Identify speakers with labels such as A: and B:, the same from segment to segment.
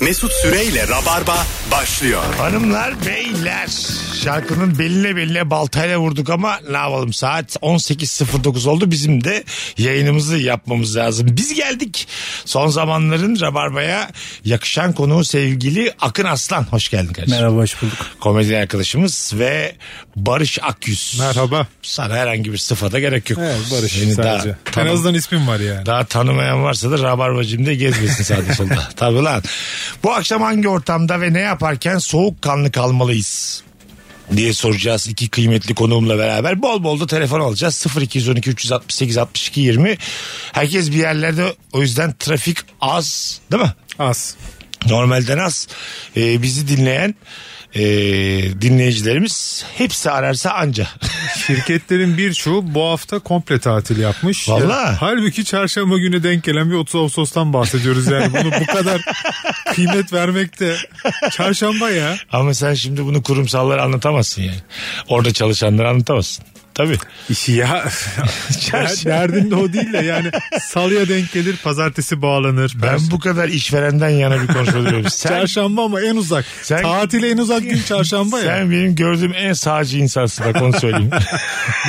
A: Mesut Süreyle Rabarba başlıyor.
B: Hanımlar beyler şarkının beline beline baltayla vurduk ama ne yapalım saat 18.09 oldu bizim de yayınımızı yapmamız lazım. Biz geldik son zamanların Rabarba'ya yakışan konuğu sevgili Akın Aslan hoş geldin kardeşim.
C: Merhaba hoş bulduk.
B: Komedyen arkadaşımız ve Barış Akyüz.
C: Merhaba.
B: Sana herhangi bir sıfata gerek yok.
C: Evet Barış
B: Seni daha
C: sadece.
B: tanım-
C: en azından ismim var yani.
B: daha tanımayan varsa da rabarbacım diye gezmesin sağda solda. Tabii lan. Bu akşam hangi ortamda ve ne yaparken soğukkanlı kalmalıyız? diye soracağız iki kıymetli konuğumla beraber. Bol bol da telefon alacağız. 0212 368 62 20. Herkes bir yerlerde o yüzden trafik az değil mi?
C: Az.
B: Normalden az. Ee, bizi dinleyen ee, dinleyicilerimiz hepsi ararsa anca.
C: Şirketlerin birçoğu bu hafta komple tatil yapmış.
B: Vallahi.
C: Ya, Halbuki çarşamba günü denk gelen bir 30 Ağustos'tan bahsediyoruz yani. Bunu bu kadar kıymet vermek de çarşamba ya.
B: Ama sen şimdi bunu kurumsallara anlatamazsın yani. Orada çalışanlara anlatamazsın. Tabii.
C: İşi ya.
B: Çarşamba.
C: Derdin de o değil de yani salıya denk gelir pazartesi bağlanır.
B: Ben
C: Pers-
B: bu kadar işverenden yana bir konuşabiliyorum. Sen,
C: Çarşamba ama en uzak.
B: Sen-
C: Tatile en uzak gün çarşamba ya.
B: sen benim gördüğüm en sağcı insansın bak onu söyleyeyim.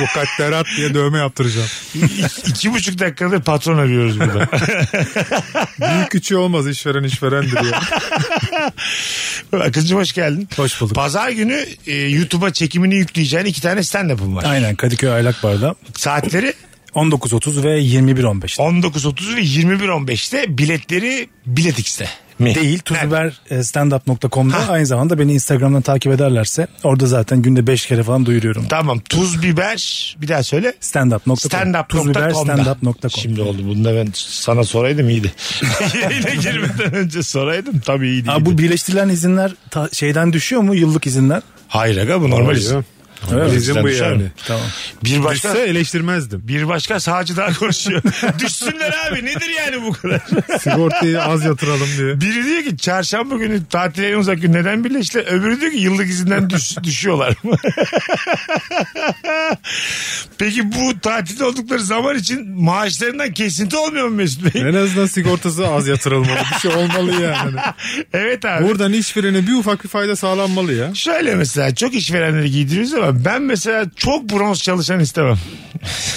C: Mukadderat diye dövme yaptıracağım.
B: İ- İki buçuk dakikadır patron arıyoruz burada.
C: Büyük küçüğü olmaz işveren işverendir ya.
B: Akıncım hoş geldin.
D: Hoş bulduk.
B: Pazar günü e, YouTube'a çekimini yükleyeceğin iki tane stand-up'ım var.
D: Aynen Kadıköy Aylak Bar'da
B: Saatleri
D: 19.30 ve 21.15.
B: 19.30 ve 21.15'te biletleri biletikste. mi?
D: Değil
B: Nerede?
D: Tuzber e, standup.com'da
B: Ha.
D: aynı zamanda beni Instagram'dan takip ederlerse orada zaten günde 5 kere falan duyuruyorum.
B: Tamam tuz biber bir daha söyle.
D: Standup.com. Tuzbiber
B: Standup.com'da.
D: standup.com.
B: Şimdi oldu. Bunda ben sana soraydım iyiydi. Yayına girmeden önce soraydım. Tabii iyiydi.
D: Aa, bu birleştirilen izinler ta- şeyden düşüyor mu yıllık izinler?
B: Hayır aga bu normal izin.
C: Bizim
B: Normal izin
C: bu
B: düşer mi?
C: yani.
D: Tamam.
B: Bir başka
C: Başka eleştirmezdim.
B: bir başka sağcı daha konuşuyor. Düşsünler abi nedir yani bu kadar?
C: Sigortayı az yatıralım diye.
B: Biri diyor ki çarşamba günü tatile en uzak gün neden birleştiler? Öbürü diyor ki yıllık izinden düş- düşüyorlar mı? Peki bu tatilde oldukları zaman için maaşlarından kesinti olmuyor mu Mesut Bey?
C: En azından sigortası az yatırılmalı. Bir şey olmalı yani.
B: evet abi.
C: Buradan işverene bir ufak bir fayda sağlanmalı ya.
B: Şöyle mesela çok işverenleri giydiriyoruz ama ben mesela çok bronz çalışan istemem.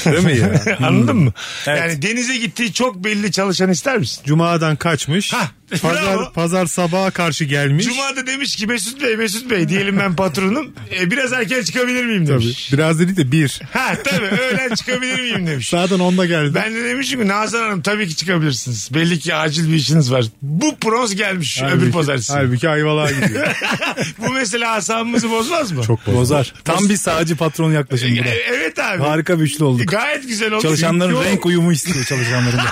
C: Değil mi ya?
B: Anladın mı?
D: Evet.
B: Yani denize gittiği çok belli çalışan ister misin?
C: Cuma'dan kaçmış.
B: Hah, e, bravo.
C: pazar, pazar sabaha karşı gelmiş.
B: Cuma'da demiş ki Mesut Bey Mesut Bey diyelim ben patronum. E, biraz erken çıkabilir miyim
C: Tabii.
B: demiş.
C: Biraz dedi de bir.
B: Ha tabii öğlen çıkabilir miyim demiş.
C: Zaten onda geldi.
B: Ben de demişim ki Nazan Hanım tabii ki çıkabilirsiniz. Belli ki acil bir işiniz var. Bu bronz gelmiş öbür pazartesi.
C: Halbuki Ayvalık'a gidiyor.
B: Bu mesela asabımızı bozmaz mı?
C: Çok bozuk.
D: Bozar. Tam bir sağcı patron yaklaşımı bu da.
B: E, Evet abi.
D: Harika bir üçlü olduk.
B: Gayet güzel oldu.
D: Çalışanların
B: Çünkü o-
D: renk uyumu istiyor çalışanların. da.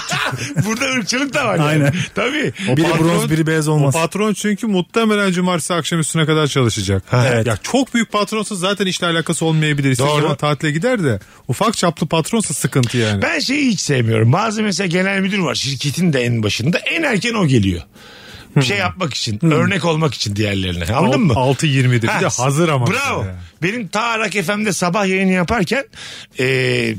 B: Burada ırkçılık da var. yani.
D: Aynen.
B: Tabii.
D: biri
C: patron-
D: bronz biri beyaz
C: O
D: olmaz.
C: patron çünkü muhtemelen cumartesi akşam üstüne kadar çalışacak.
D: evet.
C: Ya çok büyük patronsa zaten işle alakası olmayabilir. İstediği
B: Doğru.
C: zaman tatile gider de ufak çaplı patronsa sıkıntı yani.
B: Ben şeyi hiç sevmiyorum. Bazı mesela genel müdür var şirketin de en başında. En erken o geliyor.
D: Hmm.
B: Bir şey yapmak için, örnek olmak için diğerlerine. Anladın mı?
C: 6.20'de bir
B: Ha,
C: de hazır ama.
B: Bravo.
C: Yani.
B: Benim ta Rock FM'de sabah yayını yaparken e,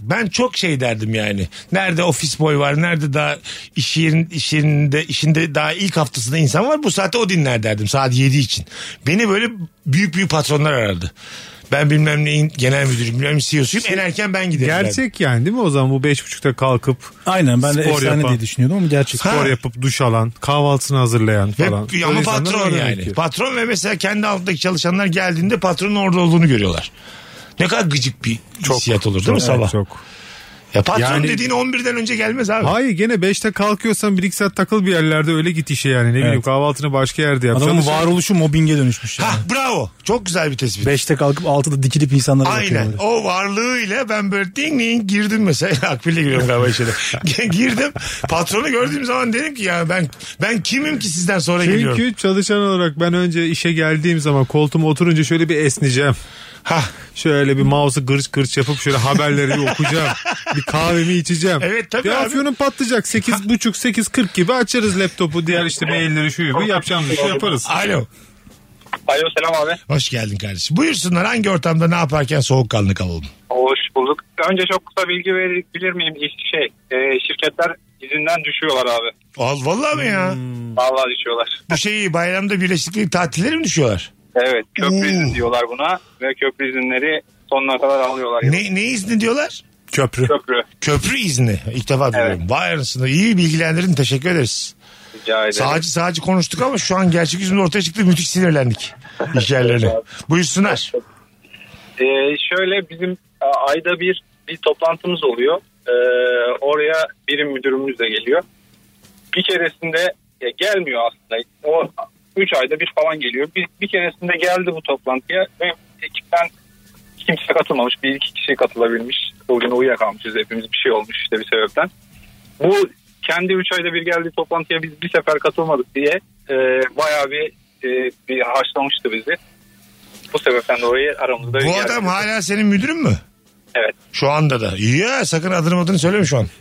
B: ben çok şey derdim yani. Nerede ofis boy var, nerede daha iş, yerin, iş yerinde, işinde daha ilk haftasında insan var. Bu saate o dinler derdim saat 7 için. Beni böyle büyük büyük patronlar arardı. Ben bilmem neyin genel müdürüyüm, bilmem CEO'suyum. En erken ben giderim. derdim.
C: Şey, Gerçek yani değil mi o zaman bu 5.30'da kalkıp
D: Aynen ben de
C: Spor
D: efsane
C: yapan.
D: diye düşünüyordum ama gerçek.
C: spor yapıp duş alan, kahvaltısını hazırlayan
B: Ve,
C: falan. Böyle
B: ama
C: insanlar var
B: patron
C: demek
B: yani.
C: ki.
B: Patron ve mesela kendi altındaki çalışanlar geldiğinde patronun orada olduğunu görüyorlar. Ne kadar gıcık bir hissiyat olur değil mi
C: Evet,
B: sabah?
C: Çok.
B: Ya patron
C: Yani-
B: dediğin 11'den önce gelmez abi.
C: Hayır gene 5'te kalkıyorsan 1-2 saat takıl bir yerlerde öyle git işe yani. Ne bileyim kahvaltını başka yerde yap.
D: Adamın
C: Çalışan-
D: varoluşu mobbinge dönüşmüş. Yani.
B: Hah bravo. Çok güzel bir tespit.
D: Beşte kalkıp altıda dikilip insanlara bakıyor
B: Aynen.
D: böyle.
B: O varlığıyla ben böyle ding ding girdim mesela. Akbil'le giriyorum galiba işe de. girdim. Patronu gördüğüm zaman dedim ki ya ben ben kimim ki sizden sonra geliyorum.
C: Çünkü çalışan olarak ben önce işe geldiğim zaman koltuğuma oturunca şöyle bir esneyeceğim.
B: Hah.
C: Şöyle bir mouse'u gırç gırç yapıp şöyle haberleri bir okuyacağım. bir kahvemi içeceğim.
B: Evet, tabii
C: Bir
B: abi.
C: afyonum patlayacak. 8.30 şey 8.40 gibi açarız laptopu. Diğer işte mailleri şuyu bu yapacağımız işi yaparız.
B: Alo.
E: Alo selam abi.
B: Hoş geldin kardeşim. Buyursunlar hangi ortamda ne yaparken soğukkanlı kalalım?
E: Hoş bulduk. Önce çok kısa bilgi verebilir miyim? İş- Şey, e, şirketler izinden düşüyorlar abi.
B: Al vallahi mi ya?
C: Hmm.
E: Vallahi düşüyorlar.
B: Bu şeyi bayramda birleşiklik tatilleri mi düşüyorlar?
E: Evet köprü
B: Oo.
E: izin diyorlar buna ve köprü izinleri sonuna kadar alıyorlar.
B: Ne, ne izni diyorlar?
D: Köprü.
E: Köprü
B: Köprü izni. İlk defa duyuyorum. Vay anasını. İyi bilgilendirin. Teşekkür ederiz.
E: rica ederim.
B: Sağcı sağcı konuştuk ama şu an gerçek yüzümüz ortaya çıktı. Müthiş sinirlendik. İş yerlerine. Buyursunlar.
E: E, şöyle bizim e, ayda bir bir toplantımız oluyor. E, oraya birim müdürümüz de geliyor. Bir keresinde e, gelmiyor aslında. O 3 ayda bir falan geliyor. Bir, bir keresinde geldi bu toplantıya ve ekipten kimse katılmamış. Bir iki kişi katılabilmiş. O gün uyuyakalmışız hepimiz bir şey olmuş işte bir sebepten. Bu kendi 3 ayda bir geldiği toplantıya biz bir sefer katılmadık diye e, bayağı bir, e, bir haşlamıştı bizi. Bu sebepten dolayı aramızda bir
B: Bu
E: gerginlik
B: adam hala senin müdürün mü?
E: Evet.
B: Şu anda da. İyi ya sakın adını adını söyleme şu an.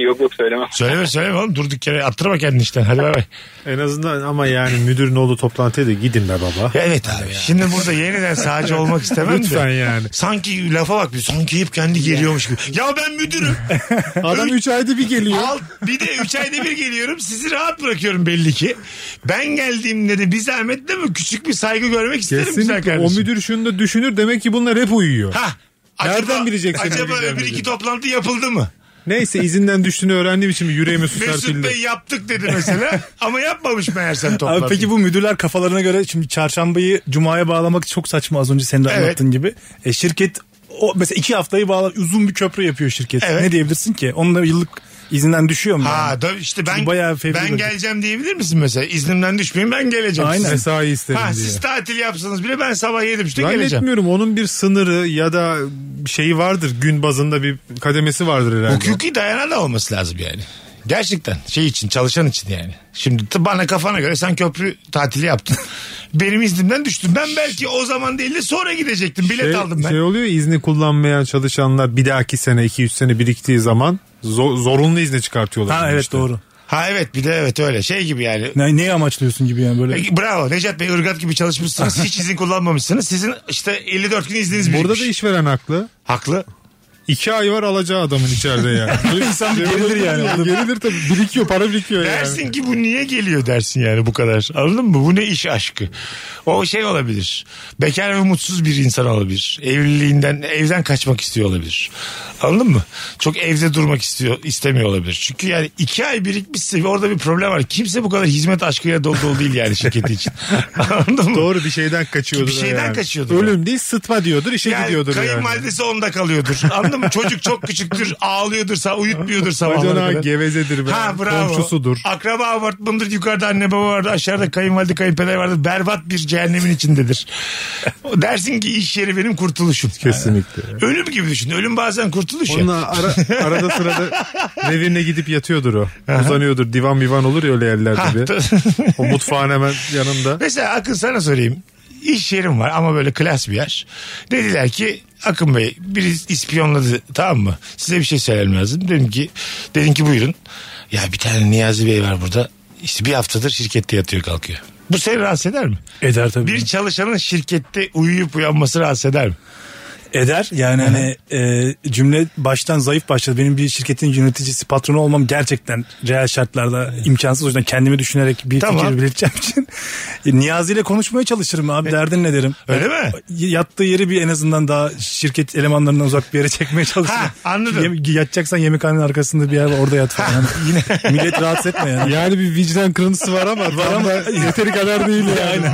E: yok yok söylemem.
B: Söyleme söyleme oğlum durduk yere attırma kendini işten. Hadi bay bay.
C: En azından ama yani müdürün olduğu toplantıya da gidin be baba.
B: Evet abi. Şimdi burada yeniden sağcı olmak istemem de.
C: Lütfen yani.
B: Sanki lafa bak bir sanki hep kendi geliyormuş gibi. Ya ben müdürüm.
C: Adam 3 ayda bir geliyor.
B: Al bir de 3 ayda bir geliyorum. Sizi rahat bırakıyorum belli ki. Ben geldiğimde de bir zahmet değil mi? Küçük bir saygı görmek isterim güzel
C: Kesinlikle o
B: kardeşim.
C: müdür şunu da düşünür demek ki bunlar hep uyuyor.
B: Ha.
C: Nereden bileceksin
B: Acaba
C: öyle
B: öbür
C: bir
B: iki
C: şey?
B: toplantı yapıldı mı?
C: Neyse izinden düştüğünü öğrendiğim için yüreğime su
B: Mesut
C: serpildi.
B: Bey yaptık dedi mesela ama yapmamış meğersem toplantı.
D: Abi peki bu müdürler kafalarına göre şimdi çarşambayı cumaya bağlamak çok saçma az önce senin de
B: Evet.
D: anlattığın gibi. E, şirket o mesela iki haftayı bağla uzun bir köprü yapıyor şirket.
B: Evet.
D: Ne diyebilirsin ki? Onun da yıllık izinden düşüyor mu? yani?
B: Ha da işte ben
D: Çünkü bayağı fevri
B: ben
D: vakit.
B: geleceğim diyebilir misin mesela? İznimden düşmeyeyim ben geleceğim.
D: Aynen.
B: size.
C: Mesai isterim
B: Ha,
C: diye.
B: siz tatil yapsanız bile ben sabah yedim işte geleceğim.
C: Zannetmiyorum onun bir sınırı ya da şeyi vardır gün bazında bir kademesi vardır herhalde.
B: Hukuki dayanağı da olması lazım yani. Gerçekten şey için çalışan için yani. Şimdi t- bana kafana göre sen köprü tatili yaptın. Benim iznimden düştüm. Ben belki o zaman değil de sonra gidecektim. Bilet
C: şey,
B: aldım ben.
C: şey oluyor ya, izni kullanmayan çalışanlar bir dahaki sene 2-3 sene biriktiği zaman zo- zorunlu izne çıkartıyorlar.
D: Ha
C: bunu
D: evet
C: işte.
D: doğru.
B: Ha evet bir de evet öyle şey gibi yani.
D: Ne, neyi amaçlıyorsun gibi yani böyle.
B: Peki, Bravo Necat Bey ırgat gibi çalışmışsınız. Hiç izin kullanmamışsınız. Sizin işte 54 gün izniniz birikmiş.
C: Burada da işveren haklı.
B: Haklı.
C: İki ay var alacağı adamın içeride yani. İnsan
D: gerilir yani.
C: Gerilir tabii. Birikiyor para birikiyor yani.
B: Dersin ki bu niye geliyor dersin yani bu kadar. Anladın mı? Bu ne iş aşkı? O şey olabilir. Bekar ve mutsuz bir insan olabilir. Evliliğinden, evden kaçmak istiyor olabilir. Anladın mı? Çok evde durmak istiyor, istemiyor olabilir. Çünkü yani iki ay birikmişse ve orada bir problem var. Kimse bu kadar hizmet aşkıyla dolu dolu değil yani şirketi için. Anladın mı?
C: Doğru bir şeyden kaçıyordur.
B: Bir şeyden
C: yani.
B: kaçıyordur.
C: Ölüm değil sıtma diyordur işe
B: Yani
C: gidiyordur yani.
B: kayınvalidesi onda kalıyordur. Anladın mı? Çocuk çok küçüktür, ağlıyordur, sa- uyutmuyordur sabahlara
C: Bacana
B: kadar.
C: gevezedir be.
B: Ha bravo.
C: Komşusudur.
B: Akraba abartmanıdır. Yukarıda anne baba vardı. Aşağıda kayınvalide kayınpeder vardı. Berbat bir cehennemin içindedir. O dersin ki iş yeri benim kurtuluşum.
C: Kesinlikle.
B: Ölüm gibi düşün. Ölüm bazen kurtuluş ya.
C: Şey. Onunla ara- arada sırada revirine gidip yatıyordur o. Uzanıyordur. Divan bivan olur ya öyle
B: Ha,
C: yerlerde bir.
B: t-
C: O mutfağın hemen yanında.
B: Mesela Akın sana sorayım. İş yerim var ama böyle klas bir yer. Dediler ki Akın Bey biri ispiyonladı tamam mı? Size bir şey söylemem lazım. Dedim ki dedim ki buyurun. Ya bir tane Niyazi Bey var burada. İşte bir haftadır şirkette yatıyor kalkıyor. Bu seni rahatsız eder mi?
D: Eder tabii.
B: Bir çalışanın şirkette uyuyup uyanması rahatsız eder mi?
D: Eder yani hani e, cümle baştan zayıf başladı. Benim bir şirketin yöneticisi patronu olmam gerçekten real şartlarda imkansız. O yüzden kendimi düşünerek bir
B: Tamam.
D: fikir belirteceğim için. E, Niyazi ile konuşmaya çalışırım
C: E,
D: abi derdin ne derim.
B: Öyle mi?
D: Y- Yattığı yeri bir en azından daha şirket elemanlarından uzak bir yere çekmeye çalışırım.
B: Ha, anladım.
D: Yem- yatacaksan yemekhanenin arkasında bir yer var orada yat falan. Yine. Millet rahatsız etme yani.
C: Yani bir vicdan kırıntısı var ama var ama yeteri kadar değil yani.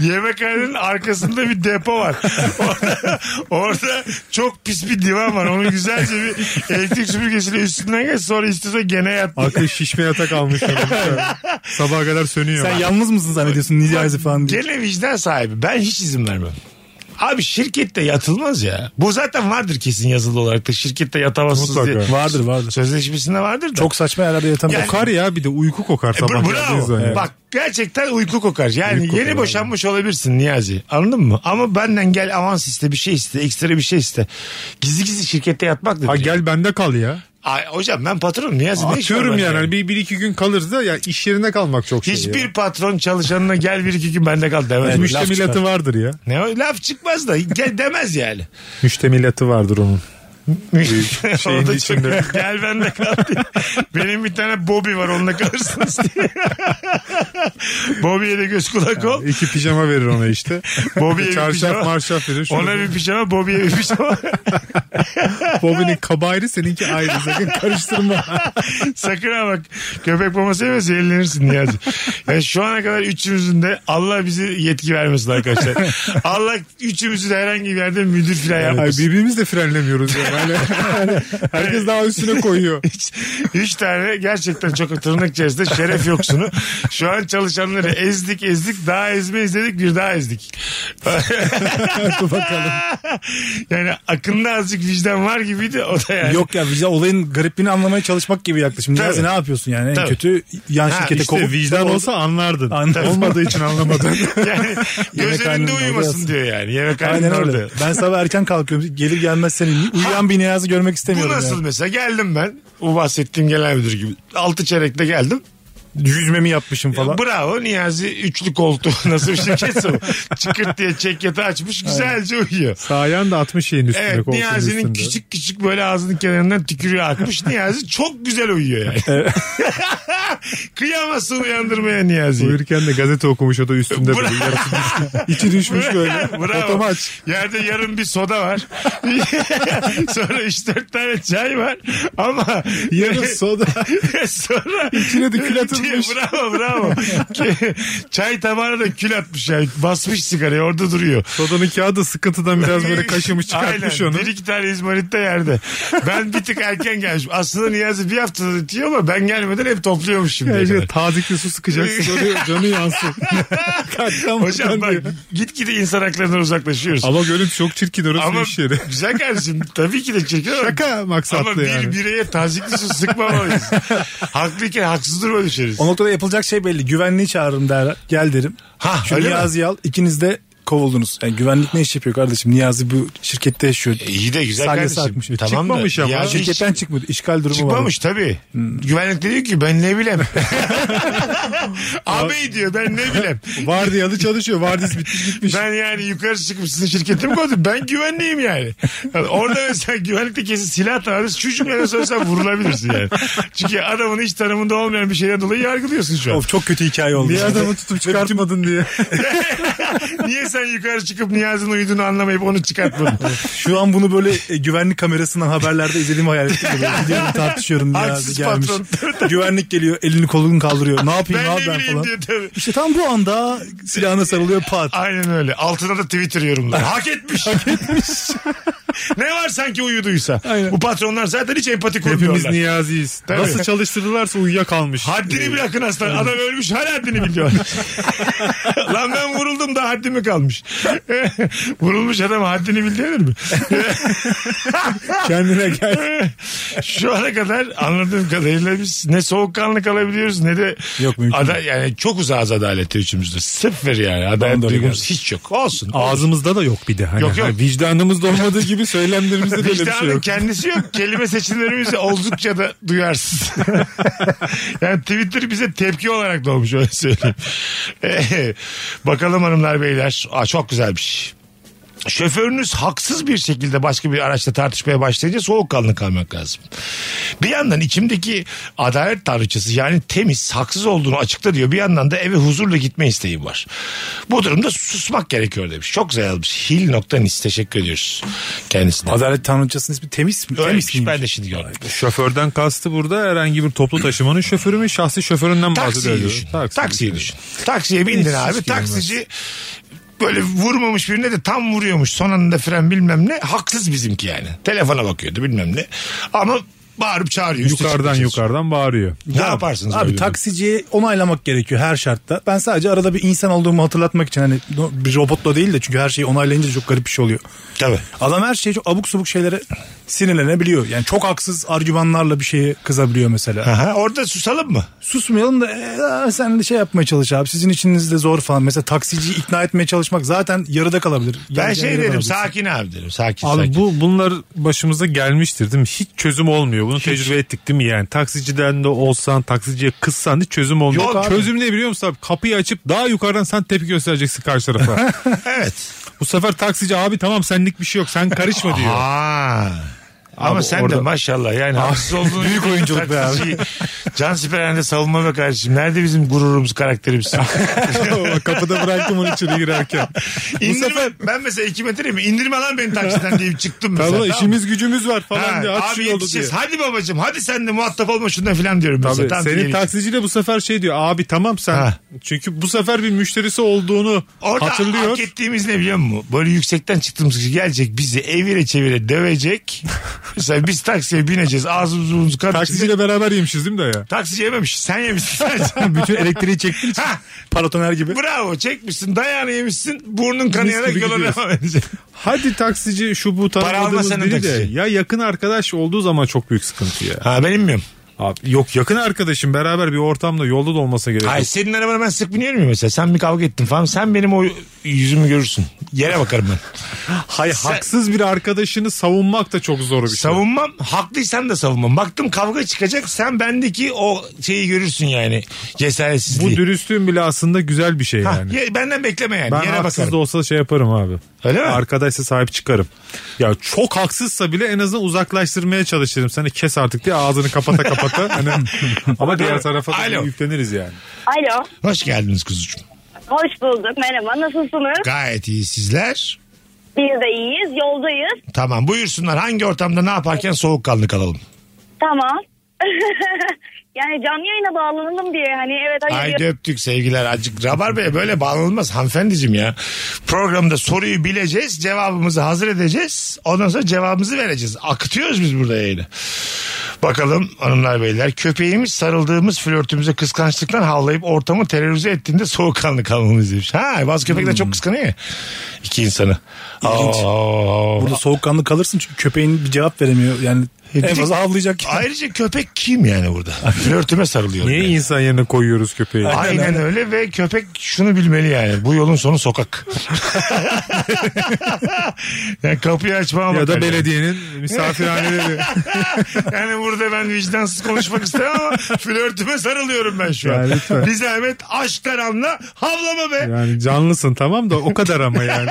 B: Yemekhanenin arkasında bir depo var. Orada, orada çok pis bir divan var. Onu güzelce bir elektrik süpürgesiyle üstünden geç sonra istiyorsa gene yat.
C: Aklı şişme yatak almış. Sabaha kadar sönüyor.
D: Sen yalnız mısın zannediyorsun Niyazi falan diye.
B: Gene vicdan sahibi. Ben hiç izin vermem. Abi şirkette yatılmaz ya. Bu zaten vardır kesin yazılı olarak da. Şirkette yatamazsınız
C: Mutlaka.
B: diye.
D: Vardır vardır.
B: Sözleşmesinde vardır da.
D: Çok saçma yerlerde yatan
B: Yani-
C: kokar ya bir de uyku kokar
B: E, bra-
C: sabah.
B: bravo.
C: geldiği zaman.
B: Bak gerçekten uyku kokar. Yani
C: Uyku
B: yeni
C: kokar
B: boşanmış olabilirsin Niyazi. Anladın mı? Ama benden gel avans iste bir şey iste. Ekstra bir şey iste. Gizli gizli şirkette yatmak da.
C: Ha gel bende kal ya.
B: Ay, hocam ben patronum. Niyazi ne işim var
C: Atıyorum
B: bende?
C: yani. Hani Bir, bir iki gün kalırız da ya iş yerinde kalmak çok şey.
B: Hiçbir
C: ya.
B: patron çalışanına gel bir iki gün bende kal demez.
D: Evet. laf
C: müştemilatı
D: çıkar.
C: vardır ya.
B: Ne o laf çıkmaz da gel demez yani.
C: Müştemilatı vardır onun.
B: O da
C: içinde.
B: çok- Gel bende kal diye. Benim bir tane Bobby var onunla kalırsınız diye. Bobby'ye de göz kulak ol.
C: İki pijama verir ona işte.
B: Bobby'ye bir pijama.
C: Çarşaf marşaf verir. Şunu-
B: Ona bir pijama, Bobby'ye bir pijama.
C: Bobby'nin kabı ayrı seninki ayrı. Sakın karıştırma.
B: Sakın ha bak. Köpek maması yemesi ellenirsin Niyazi. Yani şu ana kadar üçümüzün de Allah bizi yetki vermesin arkadaşlar. Allah üçümüzü de herhangi bir yerde müdür filan
C: Ay,
B: yapmasın.
C: birbirimizi de frenlemiyoruz yani. Hani- hani herkes daha üstüne koyuyor.
B: Üç, üç tane gerçekten çok tırnak içerisinde şeref yoksunu. Şu an çalışanları ezdik ezdik daha ezme izledik bir daha ezdik. bakalım. Yani akında azıcık vicdan var gibiydi o da yani.
D: Yok ya vicdan olayın garipliğini anlamaya çalışmak gibi yaklaşım.
B: Tabii.
D: Niyazi ne yapıyorsun yani? En
B: Tabii.
D: kötü yan
B: Ha,
D: şirkete
C: İşte
D: kovup.
C: vicdan olsa anlardın.
D: Anlardım.
C: Olmadığı için anlamadın.
B: Yani göz
D: Yemekhanenin
B: önünde
D: orada
B: uyumasın
D: yatsın.
B: diyor yani. Yemekhanenin
D: Aynen
B: orada.
D: öyle. Ben sabah erken kalkıyorum. Gelir gelmez seni uyuyan bir Niyazi görmek
B: Bu
D: istemiyorum.
B: nasıl
D: yani.
B: mesela geldim ben o bahsettiğim genel müdür gibi. Altı çeyrekte geldim.
D: Yüzmemi yapmışım falan.
B: Bravo Niyazi üçlü koltuğu nasıl bir şirketse bu. Çıkırt diye çek yatağı açmış güzelce uyuyor.
C: Sayan da 60 şeyin üstüne
B: Evet
C: koltuğun
B: Niyazi'nin
C: üstünde.
B: küçük küçük böyle ağzının kenarından tükürüğü akmış. Niyazi çok güzel uyuyor yani. Kıyamazsın uyandırmaya Niyazi'yi.
C: Uyurken de gazete okumuş o da üstünde böyle yarısı düşmüş. İçi düşmüş böyle.
B: Bravo.
C: Otomaç.
B: Yerde yarım bir soda var. Sonra 3-4 tane çay var. Ama
C: Yarım soda.
B: Sonra
C: İçine de kül atılmış.
B: bravo bravo. Ki- Çay tabağına da kül atmış yani. Basmış sigarayı orada duruyor.
C: Sodanın kağıdı sıkıntıdan biraz böyle kaşımış çıkartmış
B: Aynen.
C: onu.
B: Bir iki tane izmarit de yerde. Ben bir tık erken gelmişim. Aslında Niyazi bir haftada yatıyor ama ben gelmeden hep topluyormuş
C: Yani
B: şimdi.
C: şöyle tazikli su sıkacaksın oraya canı yansın. Kalktan
B: Hocam
C: buradan
B: bak
C: diye.
B: gitgide insan haklarından uzaklaşıyoruz.
C: Ama görüntü çok çirkin orası
B: Ama
C: iş yeri.
B: güzel kardeşim tabii ki de çirkin ama-
C: Şaka maksatlı
B: Ama bir
C: yani.
B: bireye tazikli su sıkmamalıyız. Haklıyken haksız duruma düşeriz.
D: O noktada yapılacak şey belli. Güvenliği çağırırım der, gel derim.
B: Ha,
D: Şu
B: öyle mi?
D: Niyazi'yi al. İkiniz de kovuldunuz. Yani güvenlik ne iş yapıyor kardeşim? Niyazi bu şirkette yaşıyor.
B: İyi de E, güzel
D: Salyası
B: kardeşim.
D: atmış.
B: Tamam
C: Çıkmamış
B: da,
C: ama.
B: ya hiç
D: Şirketten çıkmadı. İşgal durumu var.
B: Çıkmamış tabii.
C: Hmm.
B: Güvenlik de diyor ki ben ne bileyim. Abi diyor ben ne bileyim.
C: Vardiyalı çalışıyor. Vardiyası bitmiş gitmiş.
B: Ben yani yukarı çıkıp sizin şirkete mi koydum? Ben güvenliyim yani. Yani Orada mesela güvenlikte kesin silah tanıdınız. Şu cümleden sonra sen vurulabilirsin yani. Çünkü adamın hiç tanımında olmayan bir şeyden dolayı yargılıyorsun şu an.
D: Of çok kötü hikaye oldu.
C: Niye adamı tutup çıkartmadın diye.
B: Niye sen yukarı çıkıp Niyazi'nin uyuduğunu anlamayıp onu çıkartmadın?
D: Şu an bunu böyle e, güvenlik kamerasından haberlerde izlediğim hayal ettim. de böyle Gidiyorum tartışıyorum
B: Haksız
D: Niyazi gelmiş.
B: patron.
D: güvenlik geliyor elini kolunu kaldırıyor. Ne yapayım
B: ben
D: ne
B: ne
D: yapayım
B: bileyim
D: falan.
B: diyor tabii.
D: İşte tam bu anda silahına sarılıyor pat.
B: Aynen öyle. Altına da Twitter yorumları. Hak etmiş. Hak etmiş. ne var sanki uyuduysa. Bu patronlar zaten hiç empati
C: Hepimiz
B: kurmuyorlar.
C: niyaziyiz.
B: Tabii.
C: Nasıl çalıştırdılarsa uyuyakalmış.
B: Haddini bırakın aslan. Adam ölmüş hala haddini biliyor. Lan ben vuruldum da haddimi kalmış. Vurulmuş adam haddini bildirir mi?
D: Kendine gel.
B: Şu ana kadar anladığım kadarıyla biz ne soğukkanlı kalabiliyoruz ne de
D: Yok, mümkün
B: ada yani çok uzağız adalete üçümüzde. Sıfır yani. Adalet
D: Bana da öyle
B: duygumuz hiç yok. Olsun.
C: Ağzımızda da yok bir de. Hani,
B: Yok, yok.
C: hani vicdanımızda olmadığı gibi söylemlerimizde de öyle bir şey
B: Vicdanın
C: yok.
B: kendisi yok. Kelime seçimlerimiz de oldukça da duyarsız. yani Twitter bize tepki olarak doğmuş öyle söyleyeyim. Ee, bakalım hanımlar beyler. Aa, çok güzelmiş. Şoförünüz haksız bir şekilde başka bir araçla tartışmaya başlayınca soğukkanlı kalmak lazım. Bir yandan içimdeki adalet tanrıçası yani temiz haksız olduğunu açıkla diyor. Bir yandan da eve huzurla gitme isteğim var. Bu durumda susmak gerekiyor demiş. Çok güzel yazmış. Hil.nis teşekkür ediyoruz kendisine.
D: Adalet tanrıçasının ismi temiz mi?
B: Öyleymiş
D: temiz
B: şey.
D: miymiş?
B: ben de şimdi gördüm.
C: Şoförden kastı burada herhangi bir toplu taşımanın şoförü mü şahsi şoföründen
B: Taksiyi
C: bahsediyoruz.
B: düşün. Taksiyi düşün. Taksiye bindin abi. Taksici böyle vurmamış birine de tam vuruyormuş. Son anda fren bilmem ne. Haksız bizimki yani. Telefona bakıyordu bilmem ne. Ama bağırıp çağırıyor. Üste
C: Yukarıdan
B: çıkmışız.
C: yukarıdan bağırıyor.
B: Ne yaparsınız?
D: Abi
B: öyle
D: taksiciye onaylamak gerekiyor her şartta. Ben sadece arada bir insan olduğumu hatırlatmak için hani no- bir robotla değil de çünkü her şeyi onaylayınca çok garip bir şey oluyor.
B: durumda? Tabii.
D: Adam her şeye çok abuk subuk şeylere sinirlenebiliyor. Yani çok haksız argümanlarla bir şeye kızabiliyor mesela.
B: Aha, orada susalım mı?
D: Susmayalım da "Ee, sen de şey yapmaya çalış abi sizin içinizde zor falan. Mesela taksiciyi ikna etmeye çalışmak zaten yarıda kalabilir.
B: Ben
D: Yarı-
B: şey
D: yarıda
B: derim
D: kalabilir.
B: sakin abi derim. Sakin
C: Abi
B: sakin.
C: bu bunlar başımıza gelmiştir değil mi? Hiç çözüm olmuyor. bunu
B: hiç.
C: tecrübe ettik değil mi yani? Taksiciden de olsan, taksiciye kızsan hiç çözüm olmuyor.
B: Yok abi.
C: çözüm ne biliyor musun abi? Kapıyı açıp daha yukarıdan sen tepki göstereceksin karşı tarafa.
B: Evet.
C: Bu sefer taksici abi tamam senlik bir şey yok sen karışma diyor.
B: Aa. Ama
C: Abi
B: sen de
C: orada-
B: maşallah yani haksız olduğun büyük
C: oyunculuk be abi.
B: Can Siperhan'de savunma be kardeşim. Nerede bizim gururumuz, karakterimiz?
C: Bak Kapıda bıraktım onu içeri girerken.
B: indirme, ben mesela 2 metreyim. İndirme lan beni taksiden deyip çıktım mesela.
C: Tamam
B: tamam mı?
C: işimiz gücümüz var falan
B: Ha,
C: diye at
B: abi
C: şunu oldu diye.
B: yetişeceğiz. Hadi babacığım hadi sen de muhatap olma şundan filan diyorum mesela.
C: Tabii,
B: Tamam,
C: senin
B: diyelim.
C: taksici de bu sefer şey diyor abi tamam sen
B: Ha.
C: çünkü bu sefer bir müşterisi olduğunu
B: Orada
C: hatırlıyor.
B: hak ettiğimiz ne biliyor musun? Böyle yüksekten çıktığımız kişi gelecek bizi evire çevire dövecek. Mesela biz taksiye bineceğiz ağzımız burnumuz kan içinde.
C: Taksiciyle beraber yemişiz değil mi de ya?
B: Taksici yememiş. Sen yemişsin. Sen-
D: Bütün elektriği çektin.
B: Ha,
D: Paratoner gibi.
B: Bravo çekmişsin dayağını yemişsin burnun kanayarak
C: gibi
B: yola
C: gidiyoruz.
B: devam edecek.
C: Hadi taksici şu bu tanımadığımız
B: almasana
C: biri de
B: taksici.
C: ya yakın arkadaş olduğu zaman çok büyük sıkıntı ya.
B: Ha benim miyim?
C: Abi, yok yakın arkadaşım beraber bir ortamda yolda da olmasa gerek.
B: Hayır
C: yok.
B: senin arabana ben sık biniyorum ya mesela. Sen bir kavga ettin falan. Sen benim o yüzümü görürsün. Yere bakarım ben.
C: Hayır haksız bir arkadaşını savunmak da çok zor bir şey.
B: Savunmam. Haklıysan da savunmam. Baktım kavga çıkacak. Sen bendeki o şeyi görürsün yani.
C: bu
B: Cesaretsizliği.
C: dürüstlüğün bile aslında güzel bir şey
B: Ha,
C: yani.
B: ye- benden bekleme yani.
C: Ben
B: Yere
C: haksız
B: bakarım.
C: da olsa şey yaparım abi.
B: Öyle mi?
C: Arkadaşsa sahip çıkarım. Ya çok haksızsa bile en azından uzaklaştırmaya çalışırım. Seni kes artık diye ağzını kapata kapata. Hani, ama diğer tarafa da
B: Alo.
C: yükleniriz yani.
F: Alo.
B: Hoş geldiniz kuzucuğum.
F: Hoş bulduk. Merhaba. Nasılsınız?
B: Gayet iyi sizler.
F: Biz de iyiyiz. Yoldayız.
B: Tamam buyursunlar hangi ortamda ne yaparken soğukkanlı kalalım.
F: Tamam. yani canlı yayına bağlanalım diye hani evet hayır
B: Haydi öptük sevgiler. Acık Rabar Bey'e böyle bağlanılmaz hanımefendiciğim ya. Programda soruyu bileceğiz. Cevabımızı hazır edeceğiz. Ondan sonra cevabımızı vereceğiz. Akıtıyoruz biz burada yayını. Bakalım hanımlar beyler. Köpeğimiz sarıldığımız flörtümüze kıskançlıktan havlayıp ortamı terörize ettiğinde soğukkanlı kalmamız demiş. Ha bazı köpekler çok kıskanıyor ya. İki insanı.
D: Hmm. İlginç.
B: Oo.
D: Burada soğukkanlı kalırsın çünkü köpeğin bir cevap veremiyor. Yani en fazla havlayacak.
B: Ayrıca köpek kim yani burada? Flörtüme sarılıyor.
C: Niye
B: Yani.
C: insan yerine koyuyoruz köpeği?
B: Aynen,
D: Aynen.
B: öyle ve köpek şunu bilmeli yani. Bu yolun sonu sokak. yani kapıyı açmama
C: ya
B: bakar
C: da
B: yani.
C: belediyenin misafirhaneleri.
B: Yani burada ben vicdansız konuşmak istemem ama flörtüme sarılıyorum ben şu an.
C: Ya lütfen.
B: Bir zahmet aşktan anla havlama be.
C: yani canlısın tamam da o kadar ama yani.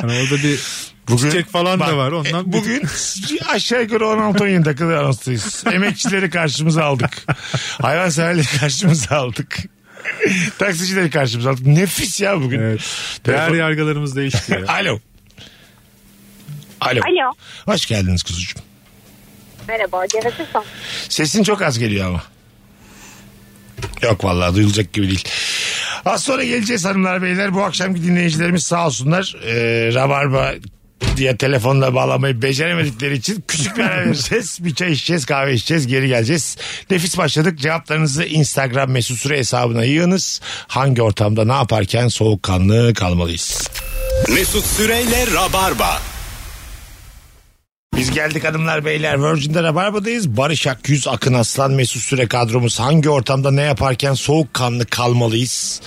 C: Hani orada bir
B: Bugün-
C: çiçek falan
B: Bak,
C: da var. Ondan
B: e, bugün aşağı yukarı 16-17 dakikada anonsdayız. Emekçileri karşımıza aldık. Hayvanseverleri karşımıza aldık. Taksicileri karşımıza aldık. Nefis ya bugün.
C: Evet. değer
B: Telefon-
C: yargılarımız değişti ya.
B: Alo. Alo.
F: Alo.
B: Hoş geldiniz kuzucuğum.
F: Merhaba. Gerekirsen.
B: Sesin çok az geliyor ama. Yok vallahi duyulacak gibi değil. Az sonra geleceğiz hanımlar beyler. Bu akşamki dinleyicilerimiz sağ olsunlar. Ee, Rabarba diye telefonla bağlamayı beceremedikleri için küçük bir ara vereceğiz. Bir çay içeceğiz, kahve içeceğiz, geri geleceğiz. Nefis başladık. Cevaplarınızı Instagram mesut süre hesabına yığınız. Hangi ortamda ne yaparken soğukkanlı kalmalıyız.
A: Mesut Süreyle Rabarba.
B: Biz geldik hanımlar beyler Virgin'de Rabarba'dayız. Barış Akyüz, Akın Aslan, Mesut Süre kadromuz hangi ortamda ne yaparken soğukkanlı kalmalıyız?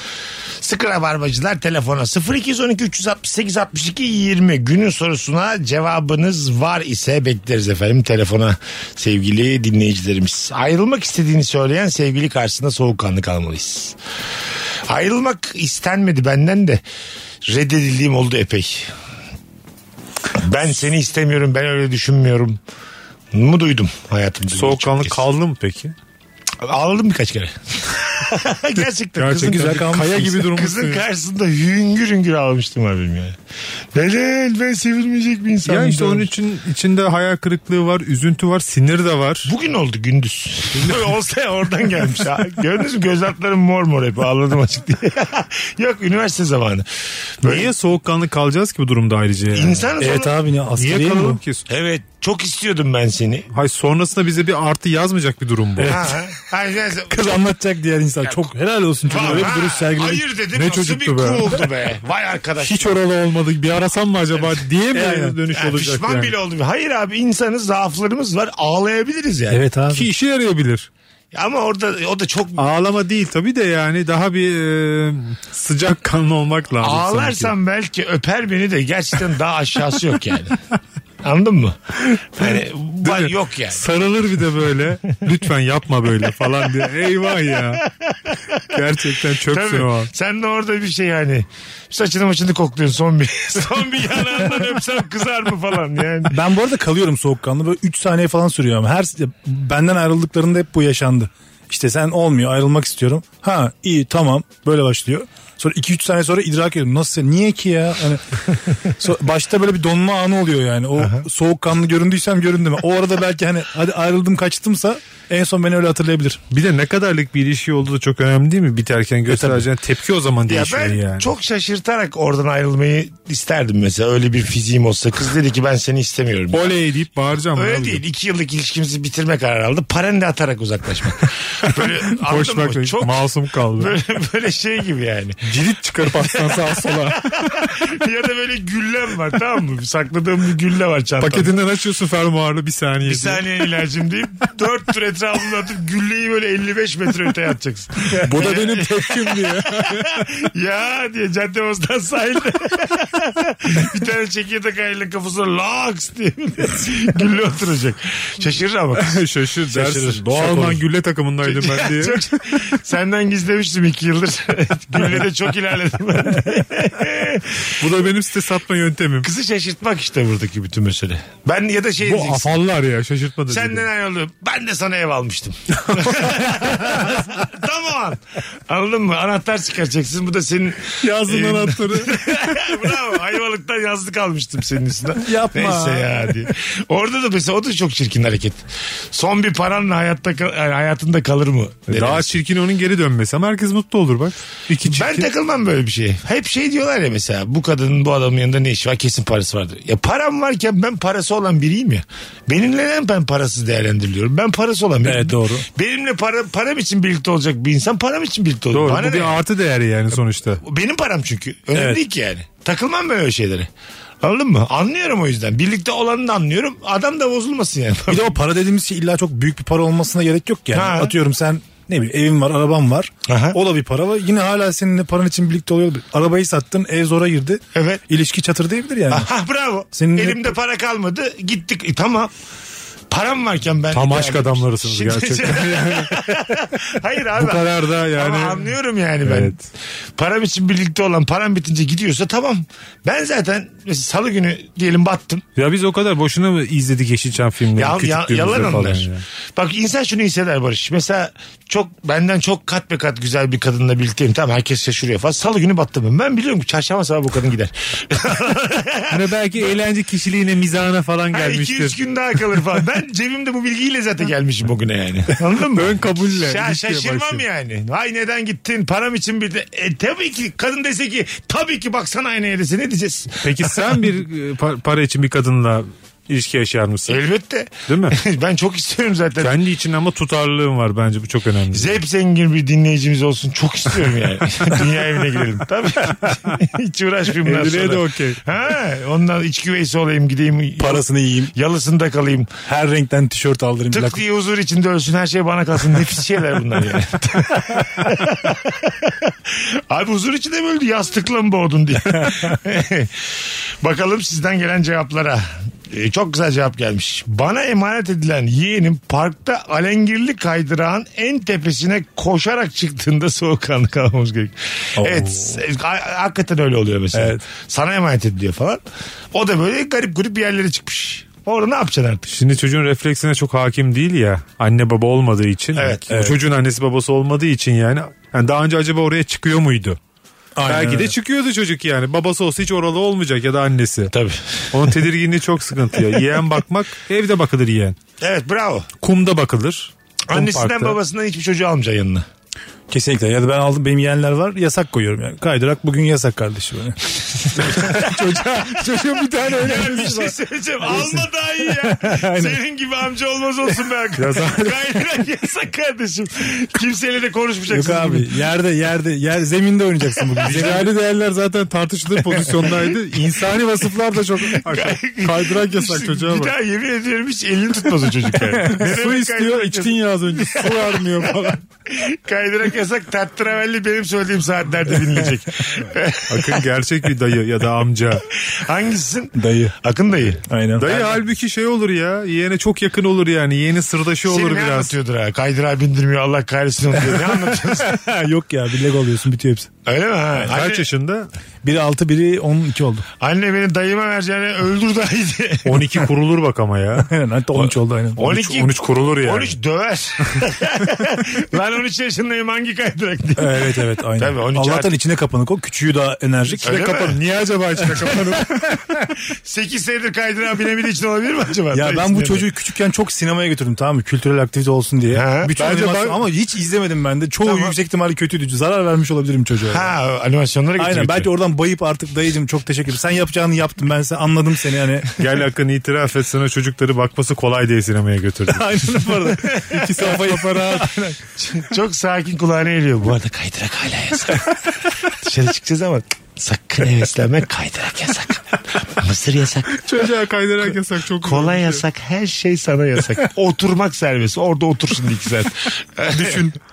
B: Sıkı Rabarbacılar telefona 0212 368 62 20 günün sorusuna cevabınız var ise bekleriz efendim telefona sevgili dinleyicilerimiz. Ayrılmak istediğini söyleyen sevgili karşısında soğukkanlı kalmalıyız. Ayrılmak istenmedi benden de reddedildiğim oldu epey. Ben seni istemiyorum ben öyle düşünmüyorum mu duydum hayatımda.
C: Soğukkanlı
B: Çok kez.
C: kaldı mı peki?
B: Ağladım birkaç kere. Gerçekten. kızın-
D: güzel kalmış.
C: Kaya gibi durmuşsun.
B: Kızın karşısında hüngür hüngür ağlamıştım abim yani. Neden ben sevilmeyecek bir insanım.
C: Ya işte onun
B: diyorum.
C: için içinde hayal kırıklığı var, üzüntü var, sinir de var.
B: Bugün oldu gündüz. Olsa ya oradan gelmiş. Ha. Gördünüz mü göz altlarım mor mor hep ağladım açık diye. Yok üniversite zamanı. Böyle
C: Niye soğukkanlı kalacağız ki bu durumda ayrıca yani?
B: İnsan
D: Evet
B: sonra-
D: abi ne askeriye
C: Niye
D: mi
C: kalalım ki?
D: bu?
B: Evet çok istiyordum ben seni.
C: Hayır sonrasında bize bir artı yazmayacak bir durum bu.
B: Ha. Hayır, neyse.
D: Kız anlatacak diğer insan. Çok helal olsun çocuğa. Öyle bir duruş sergilemiş.
B: Hayır dedim
C: Ne
B: nasıl bir
C: çocuktu be?
B: cool'du be. Vay arkadaş.
C: Hiç oralı olmadık bir arasam mı acaba diye mi
D: Aynen.
C: dönüş
B: Yani
C: olacak
B: pişman
C: yani?
B: bile oldum. Hayır abi insanız zaaflarımız var ağlayabiliriz yani.
D: Evet abi.
C: Ki işe yarayabilir.
B: Ama orada o da çok
C: Ağlama değil tabii de yani daha bir e, sıcak kanlı olmak lazım
B: ağlarsam
C: sanki.
B: belki öper beni de gerçekten daha aşağısı yok yani. Anladın mı? Yani Ay,
C: mi?
B: Hani yok yani.
C: Sarılır bir de böyle. Lütfen yapma böyle falan diye. Eyvah ya. Gerçekten çöpsün
B: Tabii.
C: o an.
B: Sen de orada bir şey yani. Saçını maçını kokluyorsun son bir. son bir yanağından öpsem kızar mı falan yani.
D: Ben bu arada kalıyorum soğukkanlı. Böyle 3 saniye falan sürüyor ama. Her, benden ayrıldıklarında hep bu yaşandı. İşte sen olmuyor ayrılmak istiyorum. Ha iyi tamam böyle başlıyor. Sonra 2-3 saniye sonra idrak ediyorum. Nasıl niye ki ya? Hani, so- başta böyle bir donma anı oluyor yani. O soğukkanlı göründüysem göründüm. O arada belki hani hadi ayrıldım kaçtımsa en son beni öyle hatırlayabilir.
C: Bir de ne kadarlık bir ilişki olduğu da çok önemli değil mi? Biterken göstereceğin tepki o zaman
B: E, Ya
C: değişiyor
B: ben
C: şey yani.
B: çok şaşırtarak oradan ayrılmayı isterdim mesela. Öyle bir fiziğim olsa. Kız dedi ki ben seni istemiyorum.
C: Oley deyip bağıracağım.
B: Öyle
C: abi.
B: değil. İki yıllık ilişkimizi bitirme kararı aldı. Paranı da atarak uzaklaşmak. Böyle anladın
C: Koşmak
B: mı? Çok
C: masum kaldı.
B: böyle, böyle şey gibi yani.
C: Cirit çıkarıp aslan sağa sola.
B: ya da böyle güllem var tamam mı? Sakladığım bir gülle var çantamda.
C: Paketinden açıyorsun fermuarlı bir saniye.
B: Bir saniye ilacım deyip dört tur etrafını atıp gülleyi böyle 55 metre öteye atacaksın.
C: Bu da benim tepkim diye.
B: ya diye cadde bostan sahilde. bir tane çekirdek ayağıyla kafasına laks diye gülle oturacak. Şaşırır ama kız.
C: Şaşır dersin.
B: Şaşırır.
C: Doğalman gülle takımındaydım ben diye.
B: Çok- senden gizlemiştim iki yıldır. Gülle de çok ilerledim.
C: Bu da benim site satma yöntemim.
B: Kızı şaşırtmak işte buradaki bütün mesele. Ben ya da şey
C: Bu
B: diyeceksin.
C: afallar ya şaşırtma da.
B: Senden ayrıldım. Ben de sana ev almıştım. Tam o an. Anladın mı? Anahtar çıkaracaksın. Bu da senin...
C: Yazdın
B: Ee,
C: anahtarı.
B: Bravo. Ayvalık'tan yazlık almıştım senin üstünden.
D: Yapma.
B: Neyse ya diye. Orada da mesela o da çok çirkin hareket. Son bir paranla hayatta kal- yani hayatında kalır mı?
C: Daha
B: Denemesi.
C: çirkin onun geri dönmesi ama herkes mutlu olur bak. İki çirkin.
B: Ben takılmam böyle bir şeye. Hep şey diyorlar ya mesela bu kadının bu adamın yanında ne işi var kesin parası vardır. Ya param varken ben parası olan biriyim ya. Benimle neden ben parasız değerlendiriliyorum? Ben parası olan biriyim.
D: Evet, doğru.
B: Benimle para, param için birlikte olacak bir insan param için birlikte olacak.
C: Doğru
B: Bana
C: bu bir
B: ne?
C: artı değeri yani sonuçta.
B: Benim param çünkü. Önemli
D: Evet.
B: değil ki yani. Takılmam ben öyle şeylere. Anladın mı? Anlıyorum o yüzden. Birlikte olanı da anlıyorum. Adam da bozulmasın yani.
D: Bir de o para dediğimiz şey illa çok büyük bir para olmasına gerek yok yani.
B: Ha.
D: Atıyorum sen ne bileyim evin var araban var.
B: Aha.
D: O da bir para var. Yine hala seninle paran için birlikte oluyor. Arabayı sattın ev zora girdi.
B: Evet.
D: İlişki çatır diyebilir yani.
B: Aha bravo.
D: Senin-
B: Elimde para kalmadı. Gittik. E, tamam. Param varken ben...
C: Tam aşk adamlarısınız
B: Şimdi-
C: gerçekten. Yani
B: Hayır abi.
C: bu kadar da yani.
B: Ama anlıyorum yani ben.
C: Evet.
B: Param için birlikte olan param bitince gidiyorsa tamam. Ben zaten mesela salı günü diyelim battım.
C: Ya biz o kadar boşuna mı izledik Yeşilçam filmleri?
B: Ya, ya,
C: küçüklüğümüzde
B: yalan
C: falan
B: onlar.
C: ya?
B: Bak insan şunu hisseder Barış. Mesela çok benden çok kat be kat güzel bir kadınla birlikteyim. Tamam herkes şaşırıyor falan. Salı günü battım ben. Ben biliyorum ki çarşamba sabah bu kadın gider.
C: Hani belki eğlence kişiliğine mizahına falan
B: Ha, iki
C: gelmiştir.
B: üç gün daha kalır falan. Ben cebimde bu bilgiyle zaten gelmişim bugüne yani. Anladın mı?
C: Ön kabulle,
B: Şa-
C: ilişkiye
B: şaşırmam
C: başlıyor.
B: yani. Ay neden gittin? Param için bir de. E, tabii ki kadın dese ki tabii ki baksana aynaya dese ne diyeceğiz?
C: Peki sen bir e, pa- para için bir kadınla ilişki yaşar mısın?
B: Elbette.
C: Değil mi?
B: ben çok istiyorum zaten.
C: Kendi için ama tutarlılığın var bence bu çok önemli.
B: Zep zengin bir dinleyicimiz olsun. Çok istiyorum yani. Dünya evine girelim. Tabii. Hiç uğraşmayayım bundan
C: Evliliğe
B: sonra.
C: de okey.
B: Ha, ondan iç güveysi olayım gideyim.
D: Parasını yiyeyim.
B: Yalısında kalayım.
D: Her renkten tişört aldırayım.
B: Tık
D: plak-
B: diye huzur içinde ölsün her şey bana kalsın. Nefis şeyler bunlar yani. Abi huzur içinde mi öldü? Yastıkla mı boğdun diye. Bakalım sizden gelen cevaplara. Ee, çok güzel cevap gelmiş. Bana emanet edilen yeğenim parkta alengirli kaydırağın en tepesine koşarak çıktığında soğukkanlı kalmamız gerekiyor. Evet. e, a- hakikaten öyle oluyor mesela. Sana emanet ediliyor falan. O da böyle garip garip bir yerlere çıkmış. Orada ne yapacaksın artık?
C: Şimdi çocuğun refleksine çok hakim değil ya. Anne baba olmadığı için.
B: Evet.
C: O Çocuğun annesi babası olmadığı için yani. yani daha önce acaba oraya çıkıyor muydu?
D: Aynen
C: Belki de
D: öyle.
C: çıkıyordu çocuk yani. Babası olsa hiç oralı olmayacak ya da annesi.
B: Tabii.
C: Onun tedirginliği çok sıkıntı ya. Yeğen bakmak evde bakılır yeğen.
B: Evet bravo.
C: Kumda bakılır. Kum
B: Annesinden
C: parkta.
B: babasından hiçbir çocuğu almayacaksın yanına.
D: Kesinlikle. Ya da ben aldım benim yeğenler var yasak koyuyorum yani. Kaydırak bugün yasak kardeşim. Yani.
C: Çocuğun bir tane öyle.
B: Yani bir şey söyleyeceğim. Alma daha iyi ya. Senin gibi amca olmaz olsun be. Kaydırak yasak kardeşim. Kimseyle de
D: Yok
B: konuşmayacaksın.
D: abi yerde yerde yer zeminde oynayacaksın bugün.
C: Ticari değerler zaten tartışılır pozisyondaydı. İnsani vasıflar da çok kaydırak yasak çocuğa
B: Bir
C: bak.
B: daha yemin ediyorum hiç elini tutmaz o çocuk yani. Ne
C: Su
B: demek
C: istiyor
B: kaydırak
C: içtin ya az önce. Su vermiyor falan.
B: yasak? Kaydırak yasak tatravelli benim söylediğim saatlerde dinleyecek.
C: Akın gerçek bir dayı ya da amca.
B: Hangisisin?
D: Dayı.
B: Akın dayı.
D: Aynen.
C: Dayı halbuki şey olur ya. Yeğene çok yakın olur yani. Yeğeni sırdaşı olur
B: Seni ne
C: biraz.
B: anlatıyordur ha? Kaydırağı bindirmiyor Allah kahretsin onu diyor. Ne anlatıyorsun?
D: Yok ya birlik oluyorsun bitiyor hepsi.
B: Öyle mi? Ha? Anne,
C: Kaç yaşında?
D: Biri 6 biri 12 oldu.
B: anne beni dayıma vereceğine öldür dayıydı.
C: 12 kurulur bak ama ya.
D: Aynen, Hatta 13 oldu aynen.
C: 13, 13 kurulur yani.
B: 13 döver. ben 13 yaşındayım hangi kaydırak diye.
D: Evet evet aynen.
B: Tabii, 13
D: Allah'tan
B: artık-
D: içine kapanık o. Küçüğü daha enerjik.
B: Öyle mi?
D: kapanık. Niye acaba içine kapanık?
B: 8 senedir kaydırağı binemediği için olabilir mi acaba?
D: ya ben bu çocuğu küçükken çok sinemaya götürdüm tamam mı? Kültürel aktivite olsun diye.
B: He.
D: Bütün
B: Bence
D: animasyon-
B: ben-
D: ama hiç izlemedim ben de. Çoğu yüksek ihtimalle kötüydü. Zarar vermiş olabilirim çocuğa.
B: Ha animasyonlara gitti.
D: Aynen
B: gitti.
D: belki oradan bayıp artık dayıcım çok teşekkür Sen yapacağını yaptın ben size anladım seni yani.
C: Gel Akın itiraf et sana çocukları bakması kolay diye sinemaya götürdüm.
D: Aynen bu arada. İki sayfa yapar rahat.
B: Çok sakin kulağına geliyor. Bu arada kaydırak hala yasak. Dışarı çıkacağız ama sakın heveslenme kaydırak yasak. Mısır yasak.
C: Çocuğa kaydırak yasak çok
B: Kola yasak. Her şey sana yasak. Oturmak serbest. Orada otur şimdi iki saat. düşün.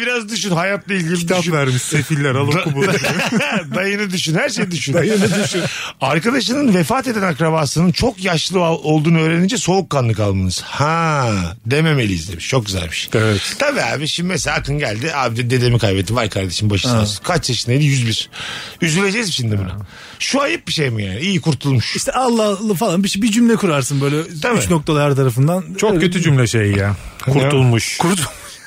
B: Biraz düşün. Hayatla ilgili
C: Kitap
B: düşün.
C: vermiş sefiller al oku bunu.
B: Dayını düşün. Her şeyi düşün. Dayını düşün. Arkadaşının vefat eden akrabasının çok yaşlı al- olduğunu öğrenince soğukkanlı kalmanız. Ha dememeliyiz demiş. Çok güzelmiş.
C: Evet.
B: Tabii abi şimdi mesela Akın geldi. Abi de dedemi kaybettim. Vay kardeşim başı sağ olsun. Kaç yaşındaydı? 101. Üzüleceğiz mi şimdi buna? Şu ayıp bir şey mi yani? İyi kurtulmuş.
D: İşte Allah'lı falan bir, şey- bir cümle kurarsın böyle
B: Tabii.
D: üç noktalı her tarafından.
C: Çok
D: Öyle-
C: kötü cümle şey ya. Kurtulmuş.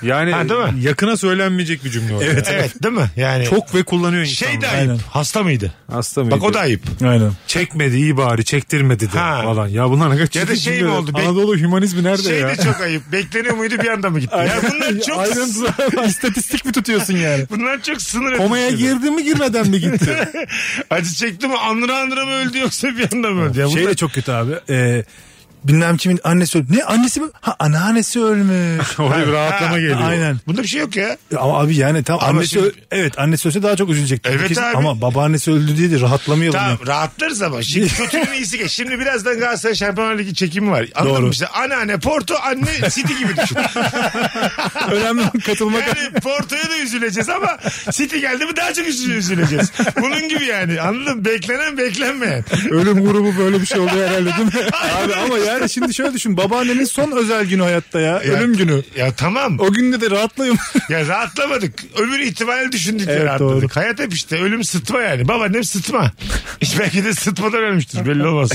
C: Yani
B: Ha, değil mi?
C: yakına söylenmeyecek bir cümle o. ya.
B: Evet, değil mi? Yani
C: Çok ve kullanıyor insan.
B: şey de ayıp.
D: Aynen.
B: Hasta mıydı?
C: Hasta mıydı?
B: Bak o da ayıp.
D: Aynen.
C: Çekmedi iyi bari çektirmedi de
B: Ha.
C: falan. Ya bunlar ne kadar
B: Ya da
C: ciddi
B: şey mi
C: cümleler.
B: oldu? Bek-
C: Anadolu hümanizmi nerede
B: Şey
C: ya?
B: de çok ayıp. Bekleniyor muydu bir anda mı gitti? Ya bunlar çok
D: Aynen. İstatistik mi tutuyorsun yani?
B: bunlar çok sınır
C: Komaya
B: ötesi.
C: girdi mi girmeden mi gitti?
B: Acı çekti mi andıra andıra mı öldü yoksa bir anda mı öldü? Ya
D: Şey
B: bunlar-
D: de çok kötü abi. Ee, bilmem kimin annesi ölmüş. Ne annesi mi? Ha anneannesi ölmüş.
C: Oraya bir rahatlama geliyor.
D: Aynen.
B: Bunda bir şey yok ya.
D: Ama abi yani tam
B: Ama
D: annesi
B: şimdi-
D: ö- evet annesi ölse daha çok üzülecek.
B: Evet
D: Kesin-
B: abi.
D: Ama babaannesi öldü diye de rahatlamayalım. ya.
B: Tamam rahatlarız ama şimdi kötünün iyisi geç. Şimdi birazdan Galatasaray Şampiyonlar Ligi çekimi var. Anladın
D: Doğru.
B: mı? İşte anneanne Porto anne City gibi düşün.
D: Önemli olan katılmak.
B: Yani Porto'ya da üzüleceğiz ama City geldi mi daha çok üzü- üzüleceğiz. Bunun gibi yani anladın mı? Beklenen beklenmeyen.
D: Ölüm grubu böyle bir şey oluyor herhalde değil mi? abi ama yani şimdi şöyle düşün. Babaannenin son özel günü hayatta ya. Ölüm günü.
B: Ya tamam.
D: O günde de rahatlayayım.
B: Ya rahatlamadık. Ömür ihtimali düşündük
D: Evet,
B: ya rahatladık.
D: doğru.
B: Hayat hep işte ölüm sıtma yani. Babaannem sıtma. Hiç belki de sıtmadan ölmüştür belli olmaz.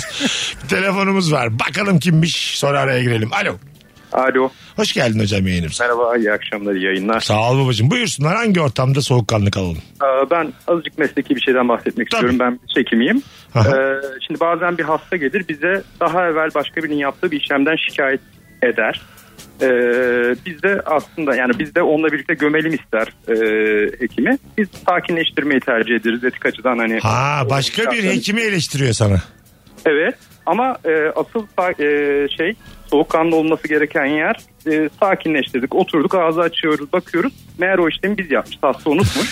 B: Bir Telefonumuz var. Bakalım kimmiş sonra araya girelim. Alo.
E: Alo.
B: Hoş geldin hocam yayınımıza.
E: Merhaba iyi akşamlar iyi yayınlar.
B: Sağ ol babacığım. Buyursunlar hangi ortamda soğukkanlı kalalım?
E: Ee, Ben azıcık mesleki bir şeyden bahsetmek
B: Tabii.
E: istiyorum. Ben bir hekimiyim.
B: Aha.
E: Ee, Şimdi bazen bir hasta gelir bize daha evvel başka birinin yaptığı bir işlemden şikayet eder. Ee, biz de aslında yani biz de onunla birlikte gömelim ister e, hekimi. Biz sakinleştirmeyi tercih ederiz etik açıdan hani.
B: Ha başka bir hekimi eleştiriyor sana.
E: Evet ama e, asıl sa- e, şey soğukkanlı olması gereken yer e, sakinleştirdik oturduk ağzı açıyoruz bakıyoruz. Meğer o işlemi biz yapmışız hasta unutmuş.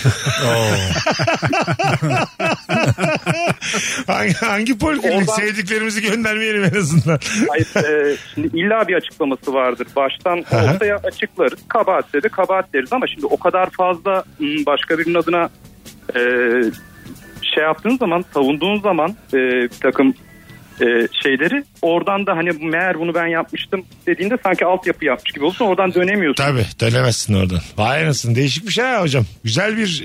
B: Hangi, hangi poliklinik?
E: Oradan-
B: Sevdiklerimizi göndermeyelim en azından.
E: Hayır, e, şimdi illa bir açıklaması vardır. Baştan
B: Aha.
E: ortaya açıklarız. Kabahatse de kabahat deriz ama şimdi o kadar fazla hmm, başka birinin adına e, şey yaptığın zaman, savunduğun zaman e, bir takım e, şeyleri oradan da hani meğer bunu ben yapmıştım dediğinde sanki altyapı yapmış gibi olursun. Oradan dönemiyorsun.
B: Tabii dönemezsin oradan. Vay anasını değişik bir şey ha hocam. Güzel bir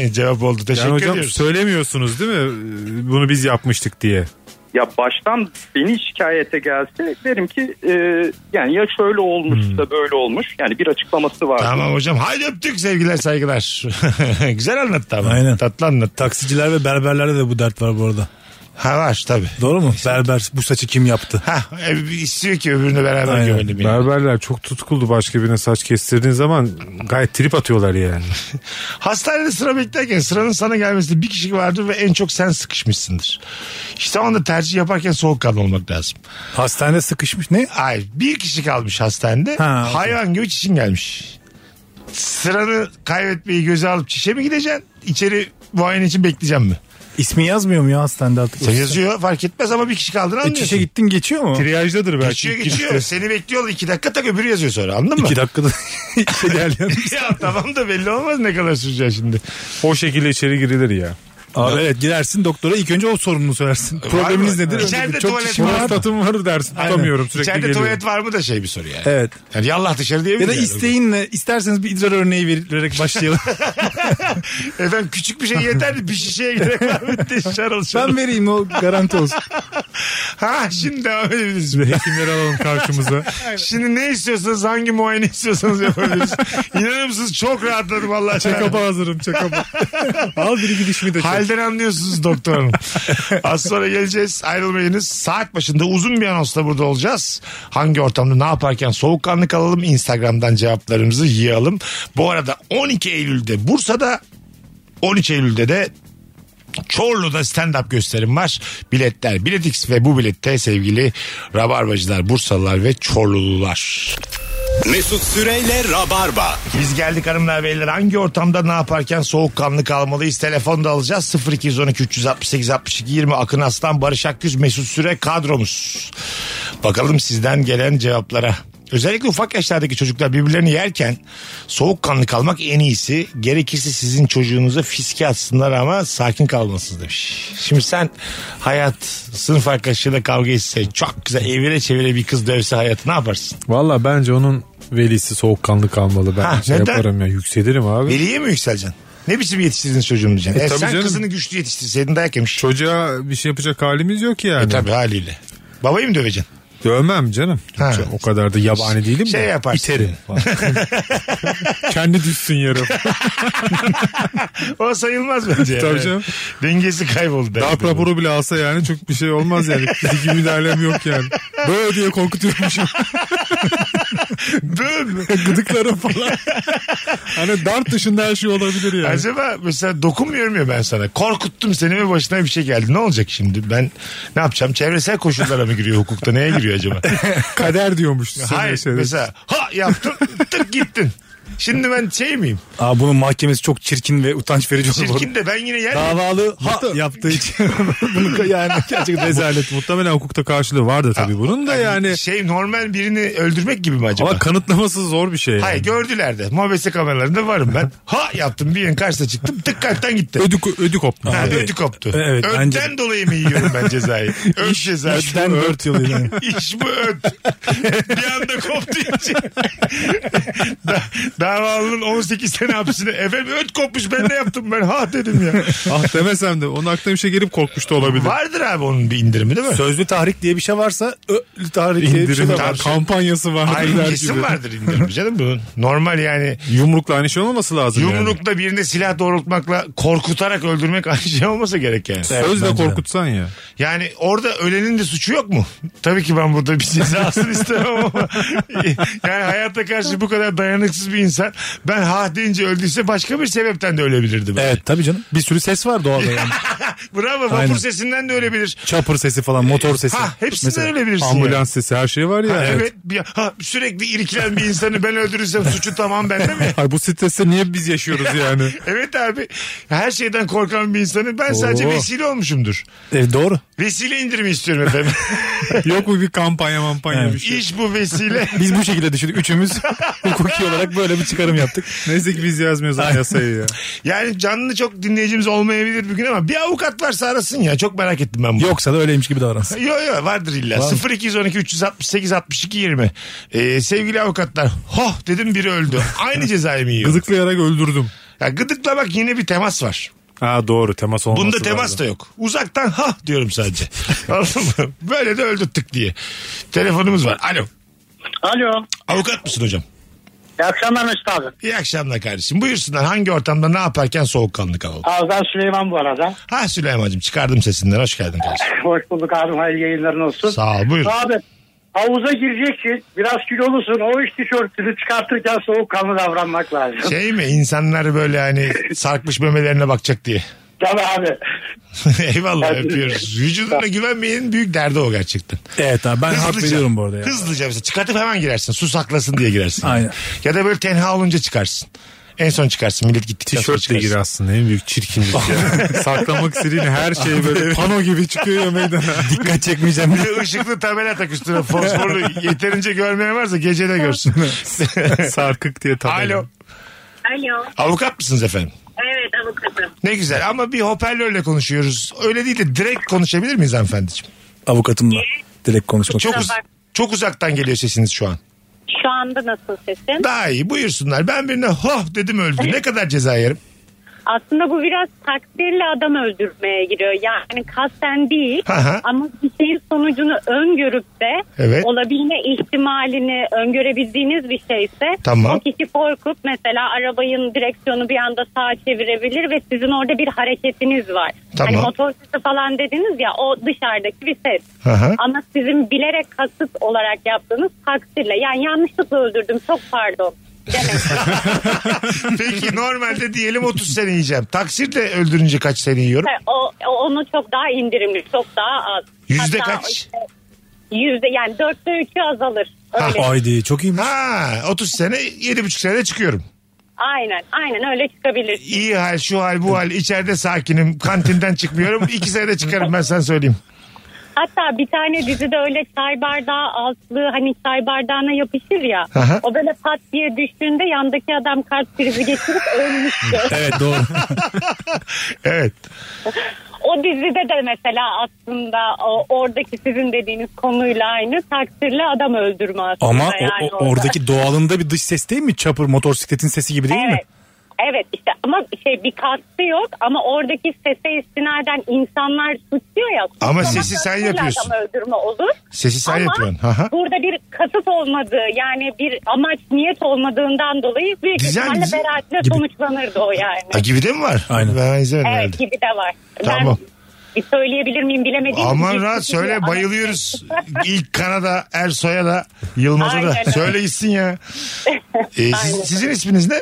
B: e, cevap oldu. Teşekkür
C: Yani hocam
B: ediyoruz.
C: söylemiyorsunuz değil mi? Ee, Bunu biz yapmıştık diye.
E: Ya baştan beni şikayete gelse derim ki e, yani ya şöyle olmuş da böyle olmuş. Yani bir açıklaması var.
B: Tamam hocam. Haydi öptük sevgiler saygılar. Güzel anlattı ama.
D: Aynen.
B: Tatlı anlattı.
D: Taksiciler ve berberlerde de bu dert var bu arada.
B: Ha var tabii.
D: Doğru mu? Berber bu saçı kim yaptı?
B: Ha e, istiyor ki öbürünü beraber
D: Aynen.
B: gömelim. yani.
C: Berberler çok tutkuldu başka birine saç kestirdiğin zaman gayet trip atıyorlar yani.
B: Hastanede sıra beklerken sıranın sana gelmesinde bir kişi vardır ve en çok sen sıkışmışsındır. İşte o anda tercih yaparken soğukkanlı olmak lazım.
D: Hastanede sıkışmış ne?
B: Ay bir kişi kalmış hastanede.
D: Ha, okey.
B: Hayvan gibi çişin gelmiş. Sıranı kaybetmeyi göze alıp çişe mi gideceksin? İçeri muayene için bekleyeceğim mi?
D: İsmi yazmıyor mu ya hastanede artık?
B: Sen yazıyor fark etmez ama bir kişi kaldığını
D: E,
B: anlıyorsun.
D: çişe gittin geçiyor mu?
C: Triyajdadır belki.
B: Geçiyor geçiyor. Seni bekliyor iki dakika tak öbürü yazıyor sonra anladın mı?
D: İki dakikada işe değerlendim.
B: ya tamam da belli olmaz ne kadar süreceği şimdi.
C: O şekilde içeri girilir ya.
D: Abi evet girersin doktora ilk önce o sorununu sorarsun. Probleminiz
B: mı?
D: nedir?
B: İçeride
D: Önce çok
B: tuvalet
D: kişi
C: Bu
B: var mı?
D: var.
C: hastatım var dersin. Tutamıyorum sürekli
B: İçeride
C: geliyor.
B: tuvalet var mı da şey bir soru yani.
D: Evet.
B: Yani yallah dışarı diyebilir.
D: Ya da
B: yani.
D: isteğinle isterseniz bir idrar örneği vererek başlayalım.
B: Efendim küçük bir şey yeter bir şişeye gerek var mı? Dışarı alışalım.
D: ben vereyim o garanti olsun.
B: Ha şimdi devam edebiliriz.
C: Hekimleri alalım karşımıza.
B: Şimdi ne istiyorsanız hangi muayene istiyorsanız yapabiliriz. İnanır mısınız çok rahatladım Allah aşkına.
C: Çekapa hazırım çekapa. Al bir iki dişimi de çek.
B: Halden anlıyorsunuz doktor hanım. Az sonra geleceğiz ayrılmayınız. Saat başında uzun bir anonsla burada olacağız. Hangi ortamda ne yaparken soğukkanlı kalalım. Instagram'dan cevaplarımızı yığalım. Bu arada 12 Eylül'de Bursa'da 13 Eylül'de de Çorlu'da stand-up gösterim var. Biletler Biletix ve bu bilette sevgili Rabarbacılar, Bursalılar ve Çorlulular.
A: Mesut Süreyle Rabarba.
B: Biz geldik hanımlar beyler hangi ortamda ne yaparken soğukkanlı kalmalıyız telefonu da alacağız 0212 368 62 20 Akın Aslan Barış Akgüz Mesut Süre kadromuz bakalım sizden gelen cevaplara özellikle ufak yaşlardaki çocuklar birbirlerini yerken soğukkanlı kalmak en iyisi gerekirse sizin çocuğunuza fiske atsınlar ama sakin kalmasınız demiş şimdi sen hayat sınıf arkadaşıyla kavga etse çok güzel evire çevire bir kız dövse hayatı ne yaparsın
C: Valla bence onun velisi soğukkanlı kalmalı. Ben
B: Ha,
C: şey
B: neden?
C: yaparım ya yükselirim abi.
B: Veliye mi yükseleceksin? Ne biçim yetiştirdin çocuğunu diyeceksin.
C: E,
B: E,
C: tabii
B: sen
C: canım.
B: kızını güçlü yetiştirseydin dayak yemiş.
C: Çocuğa bir şey yapacak halimiz yok yani.
B: E, tabii haliyle. Babayı mı döveceksin?
C: Dövmem canım.
B: Ha.
C: O kadar da yabani değilim
B: Şey
C: de.
B: yaparsın.
C: İterim. falan. Kendi düşsün yere.
B: O sayılmaz bence.
C: Tabii
B: Evet.
C: canım.
B: Dengesi kayboldu.
C: Darp raporu bile alsa yani çok bir şey olmaz yani. Fiziki müdahalem yok yani. Böyle diye korkutuyormuşum.
B: Böl.
C: Gıdıklarım falan. Hani darp dışında her şey olabilir yani.
B: Acaba mesela dokunmuyorum ya ben sana. Korkuttum seni ve başına bir şey geldi. Ne olacak şimdi? Ben ne yapacağım? Çevresel koşullara mı giriyor hukukta? Neye giriyor acaba?
C: Kader diyormuş.
B: Hayır
C: Hayır.
B: mesela ha yaptım tık gittin. Şimdi ben şey miyim?
D: Aa, bunun mahkemesi çok çirkin ve utanç verici olur.
B: Çirkin de ben yine yer
D: Davalı ha yaptığı için bunu yani gerçekten rezalet.
C: Rezalet muhtemelen hukukta karşılığı vardır tabii bunun da yani.
B: Şey normal birini öldürmek gibi mi acaba?
C: Ama kanıtlaması zor bir şey. yani.
B: Hayır gördüler de. Mobese kameralarında varım ben. Ha yaptım bir yerin karşısına çıktım tık kalpten gitti.
C: Ödü, ödü kopma.
B: Ha, ödü koptu.
D: Evet,
B: Ötten
D: bence-
B: dolayı mı yiyorum ben cezayı? Öt cezası.
D: Ötten dört yıl yani.
B: İş bu öt. bir anda koptu için. da, davalının 18 sene hapsine. Efendim öt kopmuş ben ne yaptım ben ha dedim ya.
C: ah demesem de onun aklına bir şey gelip korkmuş da olabilir.
B: Vardır abi onun bir indirimi değil mi?
D: Sözlü tahrik diye bir şey varsa ölü tahrik diye bir şey
C: İndirim
D: de var.
C: kampanyası var.
B: Ay, kesin vardır indirimi canım bunun. Normal yani
C: Yumrukla aynı şey olmaması lazım yani.
B: yumrukla birine silah doğrultmakla korkutarak öldürmek aynı şey olmasa gerek yani.
C: Sözle
D: bence de.
C: korkutsan ya.
B: Yani orada ölenin de suçu yok mu? Tabii ki ben burada bir cezasını istemem ama yani hayata karşı bu kadar dayanıksız bir insan ben ha deyince öldüyse başka bir sebepten de ölebilirdi. ben.
D: Evet tabii canım. Bir sürü ses var doğada yani.
B: Bravo vapur
D: Aynen.
B: sesinden de ölebilir.
D: Çapır sesi falan motor sesi.
B: Ha hepsinden ölebilirsin.
C: Ambulans
B: yani.
C: sesi her şey var ya.
B: Ha, evet. bir- ha, sürekli irkilen bir insanı ben öldürürsem suçu tamam bende mi?
C: Ay bu streste niye biz yaşıyoruz yani?
B: Evet abi. Her şeyden korkan bir insanı ben sadece
D: Oo.
B: vesile olmuşumdur.
D: E, doğru.
B: Vesile indirimi istiyorum efendim.
C: Yok mu bir kampanya mampanya
D: Evet.
C: bir şey?
B: İş bu vesile.
D: Biz bu şekilde düşündük. Üçümüz hukuki olarak böyle bir çıkarım yaptık.
C: Neyse ki biz yazmıyoruz o yasayı ya.
B: Yani canlı çok dinleyicimiz olmayabilir bugün ama bir avukat varsa arasın ya. Çok merak ettim ben bunu.
D: Yoksa da öyleymiş gibi davransın.
B: Yok yok vardır illa.
D: Var mı?
B: 0212 368 62 20. Ee, sevgili avukatlar hoh dedim biri öldü. Aynı cezayı mı yiyor?
C: Gıdıklayarak öldürdüm.
B: Ya gıdıklamak yine bir temas var.
C: Ha doğru temas olması
B: Bunda temas
C: lazım.
B: da yok. Uzaktan ha diyorum sadece. Anladın mı? Böyle de öldü tık diye. Telefonumuz var. Alo.
E: Alo.
B: Avukat mısın hocam?
E: İyi akşamlar Mesut abi.
B: İyi akşamlar kardeşim. Buyursunlar hangi ortamda ne yaparken soğukkanlı kalalım.
E: Ağızdan Süleyman bu arada.
B: Ha Süleyman'cığım çıkardım sesinden. Hoş geldin kardeşim.
E: Hoş bulduk abim. Hayırlı yayınların olsun.
B: Sağ ol buyur.
E: Abi havuza gireceksin. Biraz kilolusun. O iç tişörtünü çıkartırken soğukkanlı davranmak lazım.
B: Şey mi insanlar böyle hani sarkmış memelerine bakacak diye.
E: Tabii abi.
B: Eyvallah öpüyoruz. Vücuduna güvenmeyenin büyük derdi o gerçekten.
D: Evet abi ben hak veriyorum bu arada ya.
B: Hızlıca mesela çıkartıp hemen girersin. Su saklasın diye girersin.
D: Aynen.
B: Ya da böyle tenha olunca çıkarsın. En son çıkarsın. Millet gittikten sonra
C: Tişörtle
B: çıkarsın.
C: gir aslında en büyük çirkinlik ya. Saklamak istediğin her şey böyle pano gibi çıkıyor ya meydana.
D: Dikkat çekmeyeceğim diye.
B: Bir de ışıklı tabela tak üstüne fosforlu. Yeterince görmeyen varsa gece de görsün.
C: Sarkık diye tabela.
B: Alo.
F: Alo.
B: Avukat mısınız efendim?
F: Evet avukatım.
B: Ne güzel ama bir hoparlörle konuşuyoruz. Öyle değil de direkt konuşabilir miyiz hanımefendiciğim?
D: Avukatımla direkt konuşmak.
B: Çok, uz- çok uzaktan geliyor sesiniz şu an.
F: Şu anda nasıl sesin?
B: Daha iyi buyursunlar. Ben birine hoh dedim öldü. Ne kadar ceza yerim?
F: Aslında bu biraz takdirle adam öldürmeye giriyor. Yani kasten değil
B: Hı hı.
F: ama bir şeyin sonucunu öngörüp de
B: Evet.
F: olabilme ihtimalini öngörebildiğiniz bir şeyse
B: Tamam.
F: o kişi korkup mesela arabanın direksiyonu bir anda sağa çevirebilir ve sizin orada bir hareketiniz var.
B: Tamam.
F: Hani motor sesi falan dediniz ya o dışarıdaki bir ses.
B: Hı hı.
F: Ama sizin bilerek kasıt olarak yaptığınız takdirle yani yanlışlıkla öldürdüm çok pardon. Demek.
B: Peki normalde diyelim 30 sene yiyeceğim. Taksitle öldürünce kaç sene yiyorum?
F: o, o- onu çok daha indirimli, çok daha az.
B: Yüzde
F: Hatta
B: kaç?
F: işte yüzde yani dörtte üçü azalır. Öyle.
D: Haydi çok iyiymiş.
B: Ha 30 sene 7,5 senede çıkıyorum.
F: aynen, aynen öyle çıkabilir.
B: İyi hal şu hal bu hal içeride sakinim kantinden çıkmıyorum. 2 senede çıkarım ben sana söyleyeyim.
F: Hatta bir tane dizide öyle çay bardağı altlığı hani çay bardağına yapışır ya.
B: Aha.
F: O böyle pat diye düştüğünde yandaki adam kalp krizi geçirip ölmüştü.
D: Evet doğru.
B: Evet.
F: O dizide de mesela aslında o, oradaki sizin dediğiniz konuyla aynı takdirli adam öldürme aslında.
D: Ama o-
F: yani
D: o- oradaki doğalında bir dış ses değil mi? Çapır motosikletin sesi gibi değil mi?
F: evet. Evet işte ama şey bir kastı yok ama oradaki sese istinaden insanlar suçluyor ya.
B: Ama
F: suçlamak
B: sesi sen
F: aslında
B: yapıyorsun.
F: adam öldürme olur.
B: Sesi sen
F: ama
B: yapıyorsun. Aha.
F: burada bir kasıt olmadığı yani bir amaç niyet olmadığından dolayı büyük
B: Dizel
F: ihtimalle
B: dizi
F: beraatle
D: gibi.
F: sonuçlanırdı o yani.
B: Ha, gibi de mi var?
D: Aynen.
B: Ben izlemedim
F: evet
B: herhalde.
F: gibi de var.
B: Tamam.
F: Ben bir söyleyebilir miyim bilemediğim
B: Aman
F: için-
B: rahat söyle
F: Ama-
B: bayılıyoruz. İlk Kanada, Ersoy'a da, Yılmaz'a da.
F: Aynen öyle.
B: Söyle gitsin ya. Ee, siz-
F: Aynen.
B: sizin isminiz ne?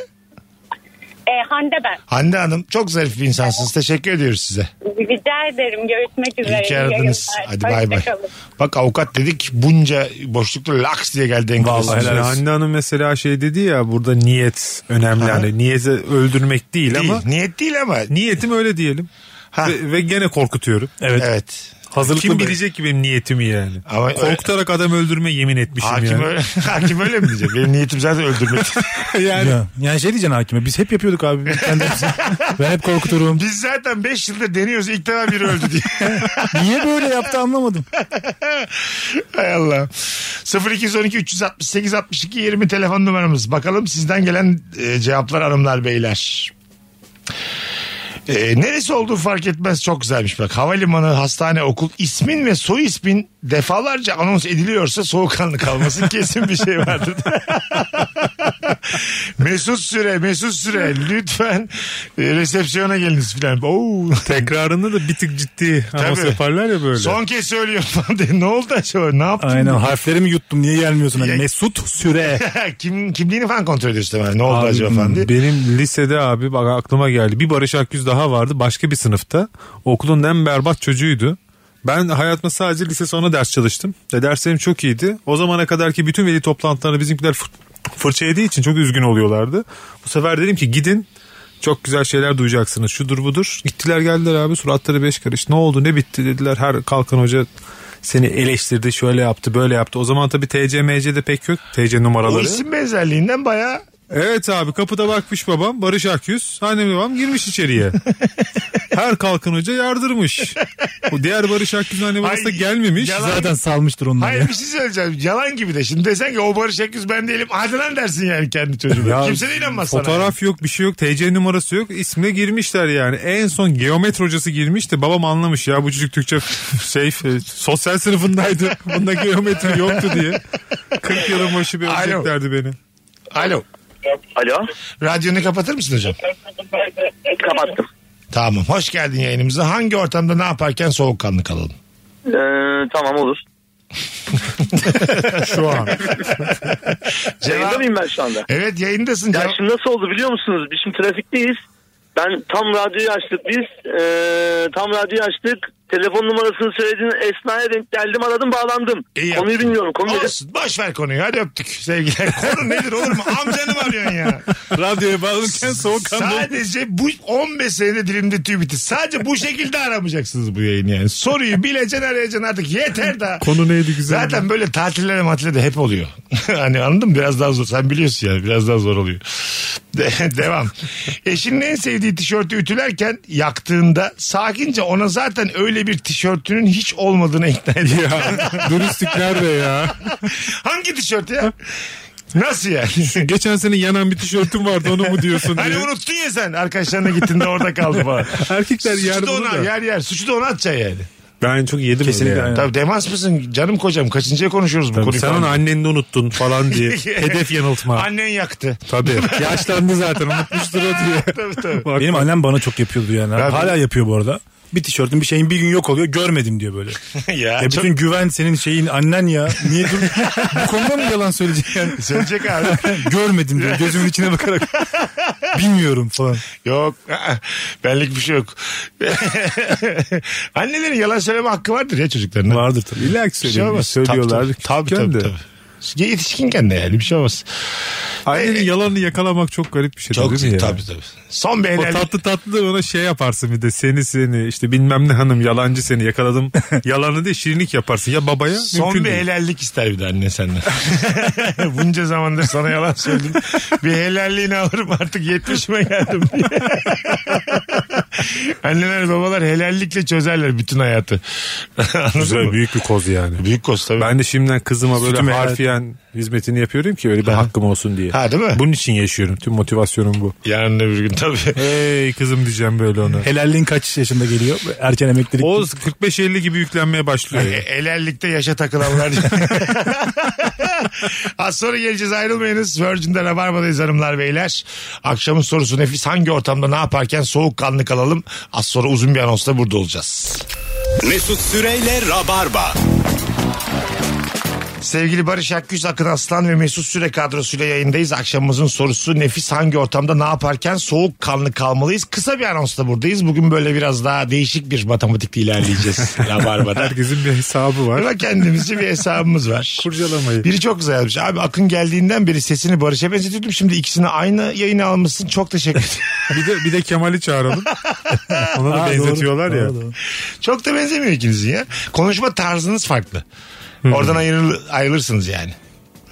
F: Ee, Hande ben.
B: Hande Hanım çok zarif bir insansınız. Teşekkür ediyoruz size.
F: Rica ederim. Görüşmek üzere.
B: İyi ki aradınız.
F: yayınlar.
B: Hadi bay bay.
F: Hoşçakalın.
B: Bak avukat dedik bunca boşlukta laks diye geldi en
D: Vallahi
B: kısa
D: helal
C: Yani
B: sürede.
D: olsun.
C: anne hanım mesela şey dedi ya burada niyet önemli.
B: Aha.
C: Yani niyete öldürmek değil,
B: Değil,
C: ama
B: niyet değil ama.
C: niyetim öyle diyelim.
B: Ha.
C: Ve, ve gene korkutuyorum.
D: Evet.
B: Evet.
D: Hazırlıklı
C: Kim
D: bir-
C: bilecek ki benim niyetimi yani.
B: Ama-
C: Korkutarak adam öldürme yemin etmişim
B: Hakim,
C: yani.
B: öyle, hakim öyle mi diyecek? Benim niyetim zaten öldürmek.
D: Yani, ya, yani şey diyeceksin hakime. Biz hep yapıyorduk abi. Biz kendimiz- ben hep korkuturum.
B: Biz zaten 5 yıldır deniyoruz ilk defa biri öldü diye.
D: Niye böyle yaptı anlamadım.
B: Hay Allah. 0212 368 62 20 telefon numaramız. Bakalım sizden gelen e, cevaplar hanımlar beyler. E, neresi olduğu fark etmez çok güzelmiş bak. Havalimanı, hastane, okul ismin ve soy ismin defalarca anons ediliyorsa soğukkanlı kalması kesin bir şey vardır. mesut Süre, Mesut Süre lütfen e, resepsiyona geliniz filan. Oo.
C: Tekrarında da bir tık ciddi anons
B: Tabii.
C: yaparlar ya böyle.
B: Son kez söylüyorum falan diye. Ne oldu acaba? Ne yaptın?
D: Aynen harflerimi yuttum niye gelmiyorsun? Hani
B: Ya-
D: Mesut Süre.
B: Kim, kimliğini falan kontrol ediyorsun hemen. Ne oldu
C: Ah. Abi,
B: acaba falan diye.
C: Benim lisede abi bak aklıma geldi. Bir Barış Akgüz daha vardı başka bir sınıfta. Okulun en berbat çocuğuydu. Ben hayatımda sadece lise sonu ders çalıştım. Ve derslerim çok iyiydi. O zamana kadarki bütün veli toplantılarını bizimkiler fır- fırça yediği için çok üzgün oluyorlardı. Bu sefer dedim ki gidin çok güzel şeyler duyacaksınız. Şudur budur. Gittiler geldiler abi suratları beş karış. Ne oldu ne bitti dediler. Her kalkan hoca seni eleştirdi şöyle yaptı böyle yaptı. O zaman tabii TC MC'de pek yok. TC
B: O
C: numaraları.
B: isim benzerliğinden bayağı
C: Evet abi kapıda bakmış babam Barış Akyüz. Annem babam girmiş içeriye. Her kalkan hoca yardırmış. Bu diğer Barış Akyüz anne babası da
B: Ay,
C: gelmemiş.
B: yalan.
D: Zaten salmıştır onlar
B: Hayır
D: ya.
B: bir şey söyleyeceğim. Yalan gibi de. Şimdi desen ki o Barış Akgüz ben değilim. Hadi lan dersin yani kendi çocuğuna.
C: Ya,
B: Kimse de inanmaz sana.
C: Fotoğraf yok bir şey yok TC numarası yok ismine girmişler yani en son geometri hocası girmişti babam anlamış ya bu çocuk Türkçe şey e, sosyal sınıfındaydı bunda geometri yoktu diye 40 yılın başı bir
B: Alo.
C: öleceklerdi beni.
B: Alo.
G: Alo.
B: Radyonu kapatır mısın hocam?
G: Kapattım.
B: Tamam. Hoş geldin yayınımıza. Hangi ortamda ne yaparken soğukkanlı kalalım?
G: Ee, tamam olur.
C: Şu an.
B: Cevap-
G: Yayında mıyım ben şu anda?
B: Evet yayındasın.
G: Ya
B: Cevap-
G: şimdi nasıl oldu biliyor musunuz? Biz şimdi trafikteyiz. Ben tam radyoyu açtık biz. Ee, tam radyoyu açtık. telefon numarasını söylediğin esnaya denk geldim aradım bağlandım. Konuyu
B: İyi yaptın.
G: bilmiyorum. Konuyu
B: Olsun. Boş ver konuyu. Hadi öptük sevgiler. Konu nedir olur mu? Amcanı mı arıyorsun ya?
C: Radyoya bağlanırken soğukkanlı ol-
B: Sadece bu 15 senede dilimde tüy bitti. Sadece bu şekilde aramayacaksınız bu yayını yani. Soruyu bileceksin arayacaksın artık. Yeter daha.
C: Konu neydi güzel?
B: Zaten böyle tatillere matilde hep oluyor. hani anladın mı? Biraz daha zor. Sen biliyorsun yani biraz daha zor oluyor. De- devam. Eşinin en sevdiği tişörtü ütülerken yaktığında sakince ona zaten öyle bir tişörtünün hiç olmadığını ikna ediyor.
C: ya, dürüstlük nerede ya?
B: Hangi tişört ya? Nasıl yani?
C: Geçen sene yanan bir tişörtüm vardı onu mu diyorsun diye.
B: Hani unuttun ya sen arkadaşlarına gittin de orada kaldı falan.
C: Erkekler yer
B: Suçu da
C: bunu
B: ona
C: da.
B: yer yer. Suçu da ona atacaksın yani.
C: Ben çok yedim
D: Kesinlikle. aynen.
B: Tabii demans mısın canım kocam kaçıncıya konuşuyoruz bu konuyu
C: sen
B: falan.
C: onu anneni de unuttun falan diye. Hedef yanıltma.
B: Annen yaktı.
C: Tabii. Yaşlandı zaten unutmuştur o diye.
B: Tabii tabii.
C: Bak,
D: Benim annem bana çok yapıyordu yani.
B: Ya
D: Hala yapıyor bu arada. Bir tişörtün bir şeyin bir gün yok oluyor görmedim diyor böyle.
B: ya,
D: Ya
B: çok
D: bütün güven senin şeyin annen ya. Niye dur? bu konuda mı yalan söyleyecek yani?
B: söyleyecek abi.
D: Görmedim diyor gözümün içine bakarak. Bilmiyorum falan.
B: yok. aa, Benlik bir şey yok. Annelerin yalan söyleme hakkı vardır ya çocuklarına.
D: Vardır tabii.
C: İlla ki
B: Bir şey
C: söylüyor-
B: olmaz.
C: söylüyorlar.
B: Tabii tabii.
C: Küçükken
B: tabii,
C: de.
B: tabii. Yetişkinken de yani bir şey olmaz.
C: Annenin yalanını yakalamak çok garip bir şey
B: Çok
C: değil mi
B: tabii
C: ya?
B: tabii. Son bir
C: O
B: helal.
C: tatlı tatlı da ona şey yaparsın bir de seni seni işte bilmem ne hanım yalancı seni yakaladım yalanı diye şirinlik yaparsın ya babaya
B: Son
C: mümkün
B: bir
C: değil.
B: helallik ister bir de anne senden. Bunca zamandır sana yalan söyledim. Bir helalliğini alırım artık 70'ime geldim diye. Anneler babalar helallikle çözerler bütün hayatı. Anladın mı?
C: Güzel büyük bir koz yani.
B: Büyük koz tabii.
C: Ben de şimdiden kızıma böyle
D: Sütüme helal-
C: harfiyen hizmetini yapıyorum ki öyle bir hakkım olsun diye.
B: Ha, değil mi?
C: Bunun için yaşıyorum. Tüm motivasyonum bu.
B: Yarın öbür gün tabii.
C: Hey kızım diyeceğim böyle ona.
D: Helalliğin kaç yaşında geliyor? Erken emeklilik.
C: O 45-50 gibi yüklenmeye başlıyor.
B: E, Helallikte yaşa takılanlar. Az sonra geleceğiz ayrılmayınız. Virgin'de Rabarba'dayız hanımlar beyler. Akşamın sorusu nefis hangi ortamda ne yaparken soğukkanlı kalalım. Az sonra uzun bir anonsla burada olacağız.
A: Mesut Süreyle Rabarba.
B: Sevgili Barış Akgüz, Akın Aslan ve Mesut Süre kadrosuyla yayındayız. Akşamımızın sorusu nefis hangi ortamda ne yaparken soğuk kanlı kalmalıyız? Kısa bir anonsla buradayız. Bugün böyle biraz daha değişik bir matematikle ilerleyeceğiz. Rabarba'da.
C: Herkesin bir hesabı var.
B: Ama kendimizce bir hesabımız var.
C: Kurcalamayı.
B: Biri çok güzel yazmış. Abi Akın geldiğinden beri sesini Barış'a benzetiyordum. Şimdi ikisini aynı yayına almışsın. Çok teşekkür ederim.
C: Bir de, bir de Kemal'i çağıralım. Ona da
D: Aa, doğru,
C: benzetiyorlar ya.
D: doğru, doğru.
B: çok da benzemiyor ikinizin ya. Konuşma tarzınız farklı. Oradan ayrıl ayrılırsınız yani.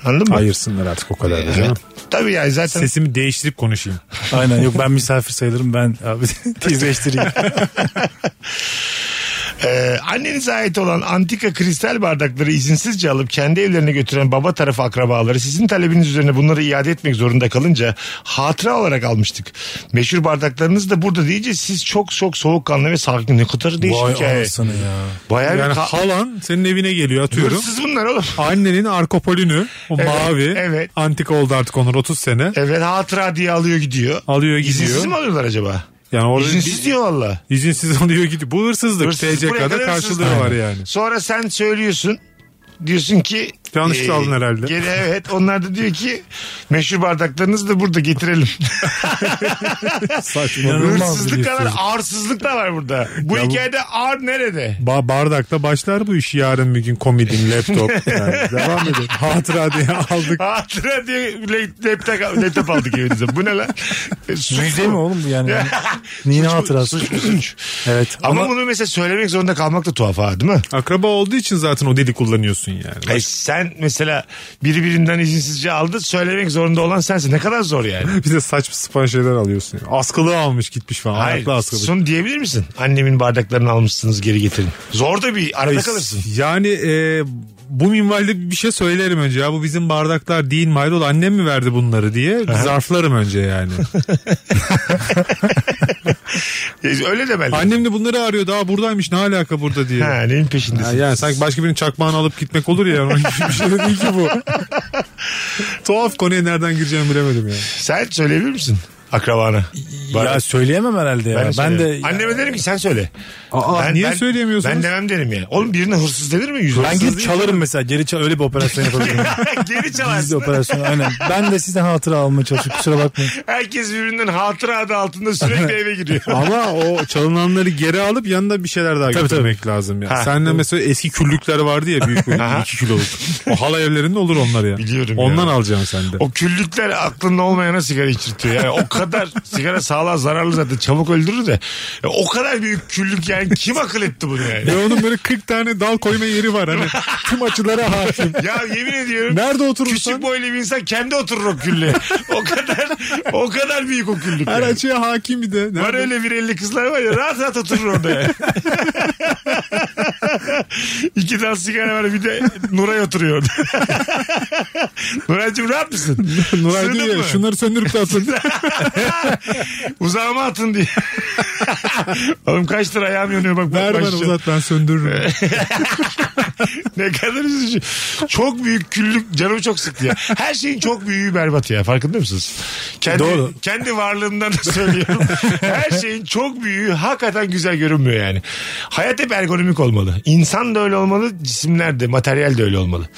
B: Anladın mı?
C: Ayırsınlar artık o kadar da
B: Evet.
C: canım.
B: Tabii yani zaten
C: Sesimi değiştirip konuşayım.
D: Aynen yok ben misafir sayılırım ben abi tizleştireyim.
B: Ee, annenize ait olan antika kristal bardakları izinsizce alıp kendi evlerine götüren baba tarafı akrabaları sizin talebiniz üzerine bunları iade etmek zorunda kalınca hatıra olarak almıştık. Meşhur bardaklarınız da burada deyince siz çok çok soğukkanlı ve sakin. Ne kadar değişik
D: Vay
B: hikaye.
D: anasını ya.
B: Bayağı
C: Yani
B: bir ka-
C: halan senin evine geliyor atıyorum.
B: hırsız bunlar oğlum.
C: Annenin arkopolünü o
B: Evet,
C: mavi
B: evet.
C: antika oldu artık onlar 30 sene.
B: Evet hatıra diye alıyor gidiyor.
C: Alıyor gidiyor.
B: İzinsiz mi alıyorlar acaba?
C: Yani orada
B: İzinsiz diyor valla.
C: izinsiz alıyor gidiyor. Bu hırsızlık.
B: Hırsız, buraya
C: TCK'da
B: kadar
C: karşılığı
B: hırsız.
C: var yani.
B: Sonra sen söylüyorsun. Diyorsun ki Ee, e,
C: Yanlışlıkla aldın herhalde.
B: Gene evet. Onlar da diyor ki meşhur bardaklarınızı da burada getirelim.
D: İnanılmaz bir
B: Hırsızlık kadar
D: hırsızlık.
B: ağırsızlık da var burada. Bu
C: Ya bu-
B: hikayede ağır nerede?
C: Ba- bardakla başlar bu iş yarın bir gün komedin laptop. Yani devam edin. Hatıra diye aldık.
B: Hatıra diye lap- laptop, laptop aldık evinize. Bu ne lan? E, Suç
D: Müze
B: mu?
D: mi oğlum bu yani?
B: Ya,
D: Nine
B: suç mu?
D: hatırası.
B: Suç mu? Suç.
D: Evet
B: Ama,
D: ama,
B: bunu mesela söylemek zorunda kalmak da tuhaf ha değil mi?
C: Akraba olduğu için zaten o dili kullanıyorsun yani.
B: Ay, sen mesela biri birinden izinsizce aldı söylemek zorunda olan sensin. Ne kadar zor yani.
C: Bir de saçma sapan şeyler alıyorsun. Yani. Askılı almış gitmiş falan.
B: Hayır.
C: Ayaklı askılı.
B: Sun diyebilir misin? Annemin bardaklarını almışsınız geri getirin. Zor da bir arada
C: Ay,
B: kalırsın.
C: Yani e, bu minvalde bir şey söylerim önce. Ya bu bizim bardaklar değil mi? Ayrıl annem mi verdi bunları diye zarflarım önce yani.
B: E, Öyle de belli.
C: annem de bunları arıyor. Daha buradaymış ne alaka burada diye.
B: Ha, neyin peşindesin?
C: Ya yani sanki başka birinin çakmağını alıp gitmek olur ya. Onun gibi bir şey de değil ki bu. Tuhaf konuya nereden gireceğimi bilemedim ya.
B: Sen söyleyebilir misin akrabana?
D: ya söyleyemem herhalde ya. Ben, de
B: Anneme derim ki sen söyle.
C: Aa,
B: Ben-
C: niye
B: ben-
C: söyleyemiyorsunuz?
B: Ben demem derim ya. Oğlum birine hırsız denir mi? Yüz
D: Ben
B: hırsız
D: gidip
B: değil.
D: çalarım mesela. Geri çal öyle bir operasyon yapabilirim.
B: Geri
D: Gizli
B: çalarsın.
D: operasyon aynen. Ben de sizden hatıra almaya çalışıyorum. Kusura bakmayın.
B: Herkes birbirinden hatıra adı altında sürekli eve giriyor.
C: Ama o çalınanları geri alıp yanında bir şeyler daha götürmek lazım ya.
B: Ha.
C: Senle mesela eski küllükler vardı ya büyük böyle 2 kiloluk. O hala evlerinde olur onlar ya.
B: Biliyorum
C: Ondan
B: ya.
C: alacaksın sen de.
B: O küllükler aklında olmayana sigara içirtiyor. Yani o kadar sigara sağlığa zararlı zaten çabuk öldürür de. Ya O kadar büyük küllük yani kim akıl etti bunu yani?
C: Ve E onun böyle 40 tane dal koyma yeri var hani. Tüm açılara hakim.
B: Ya yemin ediyorum.
C: Nerede
B: Küçük
C: oturursan
B: boylu bir insan kendi oturur o küllüğe. O kadar o kadar büyük o küllük.
C: her
B: yani.
C: açıya hakim bir de.
B: Var
C: Nerede?
B: öyle bir elli kızlar var ya rahat rahat oturur orada yani. İki tane sigara var bir de Nuray oturuyor orada. Nuray'cığım rahat mısın?
C: Nuray
B: Sığdın
C: diyor ya
B: mı?
C: şunları söndürüp de atın.
B: Uzağıma atın diye. Oğlum kaç lira ayağım yanıyor bak. bak
C: Ver bana
B: başlayacağım.
C: uzat ben
B: Ee,
C: söndürürüm.
B: ne kadar üzücü. Çok büyük küllük canımı çok sıktı ya. Her şeyin çok büyüğü berbat ya farkında mısınız? Kendi,
D: Doğru.
B: Kendi varlığımdan da söylüyorum. Her şeyin çok büyüğü hakikaten güzel görünmüyor yani. Hayat hep ergonomik olmalı. İnsan da öyle olmalı, cisimler de, materyal de öyle olmalı.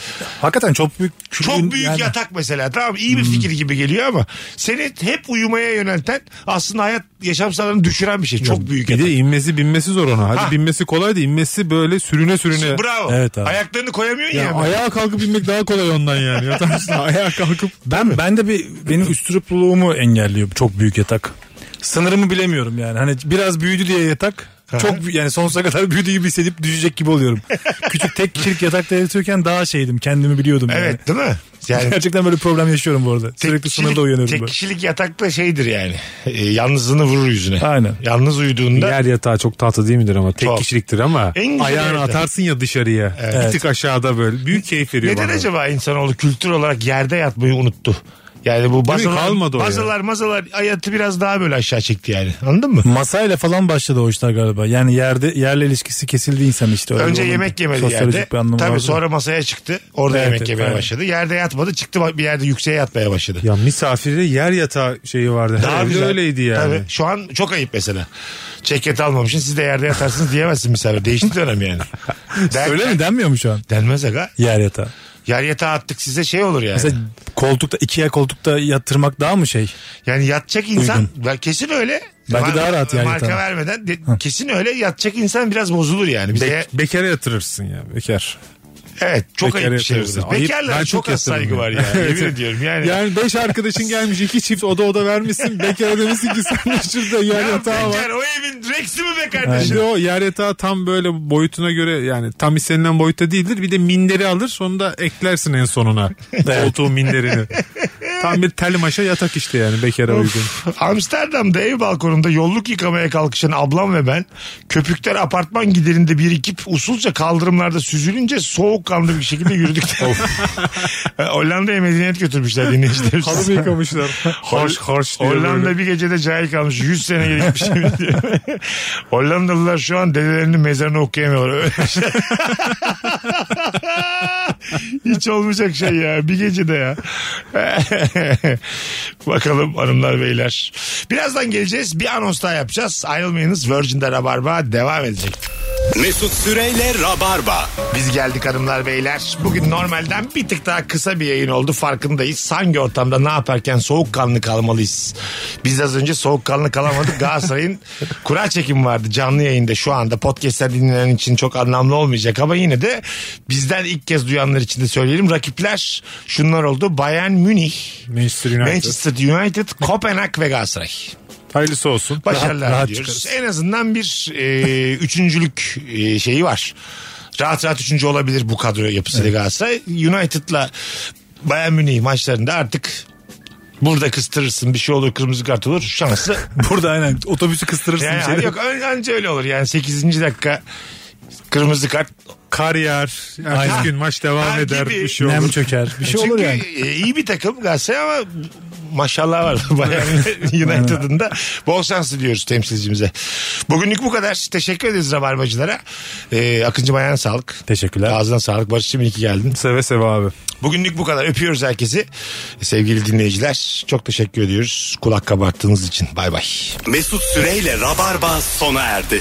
D: Hakikaten çok büyük.
B: Çok büyük
D: yani-
B: yatak mesela tamam iyi bir fikir gibi geliyor ama seni hep uyumaya yönelten aslında hayat yaşam standartını düşüren bir şey. Çok büyük
C: Bir
B: yatak.
C: de inmesi binmesi zor ona. Hadi
B: Ha.
C: binmesi kolay da inmesi böyle sürüne sürüne.
B: Bravo.
D: Evet abi.
B: Ayaklarını koyamıyorsun ya.
C: Ya ayağa kalkıp inmek daha kolay ondan yani. Yatağın üstüne ayağa kalkıp
D: Ben ben de bir benim üstürüpluluğumu engelliyor çok büyük yatak. Sınırımı bilemiyorum yani. Hani biraz büyüdü diye yatak çok bü- yani sonsuza kadar büyüdü gibi hissedip düşecek gibi oluyorum. Küçük tek kişilik yatakta yatıyorken daha şeydim kendimi biliyordum yani.
B: Evet değil mi? Yani
D: Gerçekten böyle problem yaşıyorum bu arada.
B: Tek
D: Sürekli
B: kişilik-
D: sınırda uyanıyorum
B: Tek
D: böyle.
B: kişilik yatakta şeydir yani. E, yalnızlığını vurur yüzüne.
D: Aynen.
B: Yalnız uyuduğunda
C: Yer yatağı çok tatlı değil midir ama tek
B: Çok.
C: kişiliktir ama
B: En güzel
C: ayağını
B: yerde.
C: atarsın ya dışarıya. Bir tık aşağıda böyle büyük keyif veriyor
B: neden
C: bana.
B: acaba insanoğlu kültür olarak yerde yatmayı unuttu? Yani bu bazalar,
C: Kalmadı o ya.
B: bazalar, mazalar hayatı biraz daha böyle aşağı çekti yani. Anladın mı?
D: Masayla falan başladı o işler galiba. Yani yerde yerle ilişkisi kesildi insan işte. Öyle
B: Önce
D: bir-
B: yemek yemedi
D: sosyolojik
B: yerde.
D: bir anlamı
B: Tabii
D: vardı.
B: sonra masaya çıktı. Orada
D: Evet,
B: yemek
D: evet,
B: yemeye
D: aynen.
B: başladı. Yerde yatmadı. Çıktı bir yerde yükseğe yatmaya başladı.
C: Ya misafire yer yatağı şeyi vardı. Her evde
B: güzel.
C: öyleydi yani.
B: Tabii. Şu an çok ayıp mesela. Ceket almamışsın siz de yerde yatarsınız diyemezsin misafir. Değişti dönem yani. Der-
D: Öyle mi denmiyor mu şu an?
B: Denmez aga.
D: Yer yatağı.
B: Yer yatağı attık size şey olur yani.
D: Mesela koltukta ikiye koltukta yattırmak daha mı şey?
B: Yani yatacak insan ben kesin öyle.
D: Bence daha rahat yani
B: Marka
D: tamam.
B: vermeden de- kesin öyle yatacak insan biraz bozulur yani. Bize,
C: Be- bekara yatırırsın ya bekar.
B: evet çok
C: bekar
B: ayıp bir şey.
C: yatırırsın.
B: bu.
C: Ayıp.
B: Bekarlara
C: Ben
B: çok,
C: çok
B: az saygı var
C: yatırırım
B: ya.
C: ya.
B: Yemin
C: Evet.
B: ediyorum yani.
C: Yani beş arkadaşın gelmiş iki çift oda oda vermişsin. Bekara demişsin ki sen de şurada
B: Ya
C: yer yatağı var.
B: bekar, o evin Rex'i mi be
C: Bir
B: kardeşim?
C: de o yer yatağı tam böyle boyutuna göre yani tam istenilen boyutta değildir. Bir de minderi alır sonunda eklersin en sonuna. Koltuğun minderini. Tam bir tel maşa yatak işte yani bekara uygun.
B: Amsterdam'da ev balkonunda yolluk yıkamaya kalkışan ablam ve ben köpükler apartman giderinde birikip usulca kaldırımlarda süzülünce soğukkanlı bir şekilde yürüdük. Hollanda'ya medeniyet götürmüşler dinleyicilerimiz.
C: Halı yıkamışlar? Harş harş diyor
B: Hollanda
C: böyle.
B: bir gecede cahil kalmış. 100 sene geri gitmiş. Hollandalılar şu an dedelerinin mezarını okuyamıyorlar. Öyle bir şey. Hiç olmayacak şey ya. Bir gecede ya. Bakalım hanımlar beyler. Birazdan geleceğiz. Bir anons daha yapacağız. Ayrılmayınız. Virgin'de Rabarba devam edecek.
A: Mesut Süreyle Rabarba.
B: Biz geldik hanımlar beyler. Bugün normalden bir tık daha kısa bir yayın oldu. Farkındayız. Hangi ortamda ne yaparken soğukkanlı kalmalıyız? Biz az önce soğukkanlı kalamadık. Galatasaray'ın kura çekimi vardı canlı yayında şu anda. Podcast'ten dinlenen için çok anlamlı olmayacak ama yine de bizden ilk kez duyanlar için de söyleyelim. Rakipler şunlar oldu. Bayern Münih,
C: Manchester United.
B: Manchester United, Kopenhag ve Galatasaray.
C: Hayırlısı olsun.
B: Başarılar
D: rahat
B: diliyoruz. En azından bir e, üçüncülük e, şeyi var. Rahat rahat üçüncü olabilir bu kadro yapısıyla Galatasaray. United'la Bayern Münih maçlarında artık burada kıstırırsın bir şey olur kırmızı kart olur şansı.
D: Burada aynen otobüsü kıstırırsın.
B: yani,
D: içeri.
B: yok ön- anca öyle olur yani 8. dakika kırmızı kart
C: Kariyer.
B: Ha.
C: Ertesi gün maç devam
B: Ha
C: eder.
B: gibi.
C: Bir şey
D: Nem
C: olur.
D: çöker. Bir şey olur
B: Çünkü
D: yani.
B: e, iyi bir takım Galatasaray ama maşallah var Bayern United'ın da. Bol şans diliyoruz temsilcimize. Bugünlük bu kadar. Teşekkür ederiz Rabarbacılara. Ee, Akıncı Bayan sağlık.
D: Teşekkürler.
B: Ağzına sağlık. Barış'cığım iyi ki geldin.
C: Seve seve abi.
B: Bugünlük bu kadar. Öpüyoruz herkesi. Sevgili dinleyiciler çok teşekkür ediyoruz. Kulak kabarttığınız için. Bay bay.
A: Mesut Süreyle Rabarba sona erdi.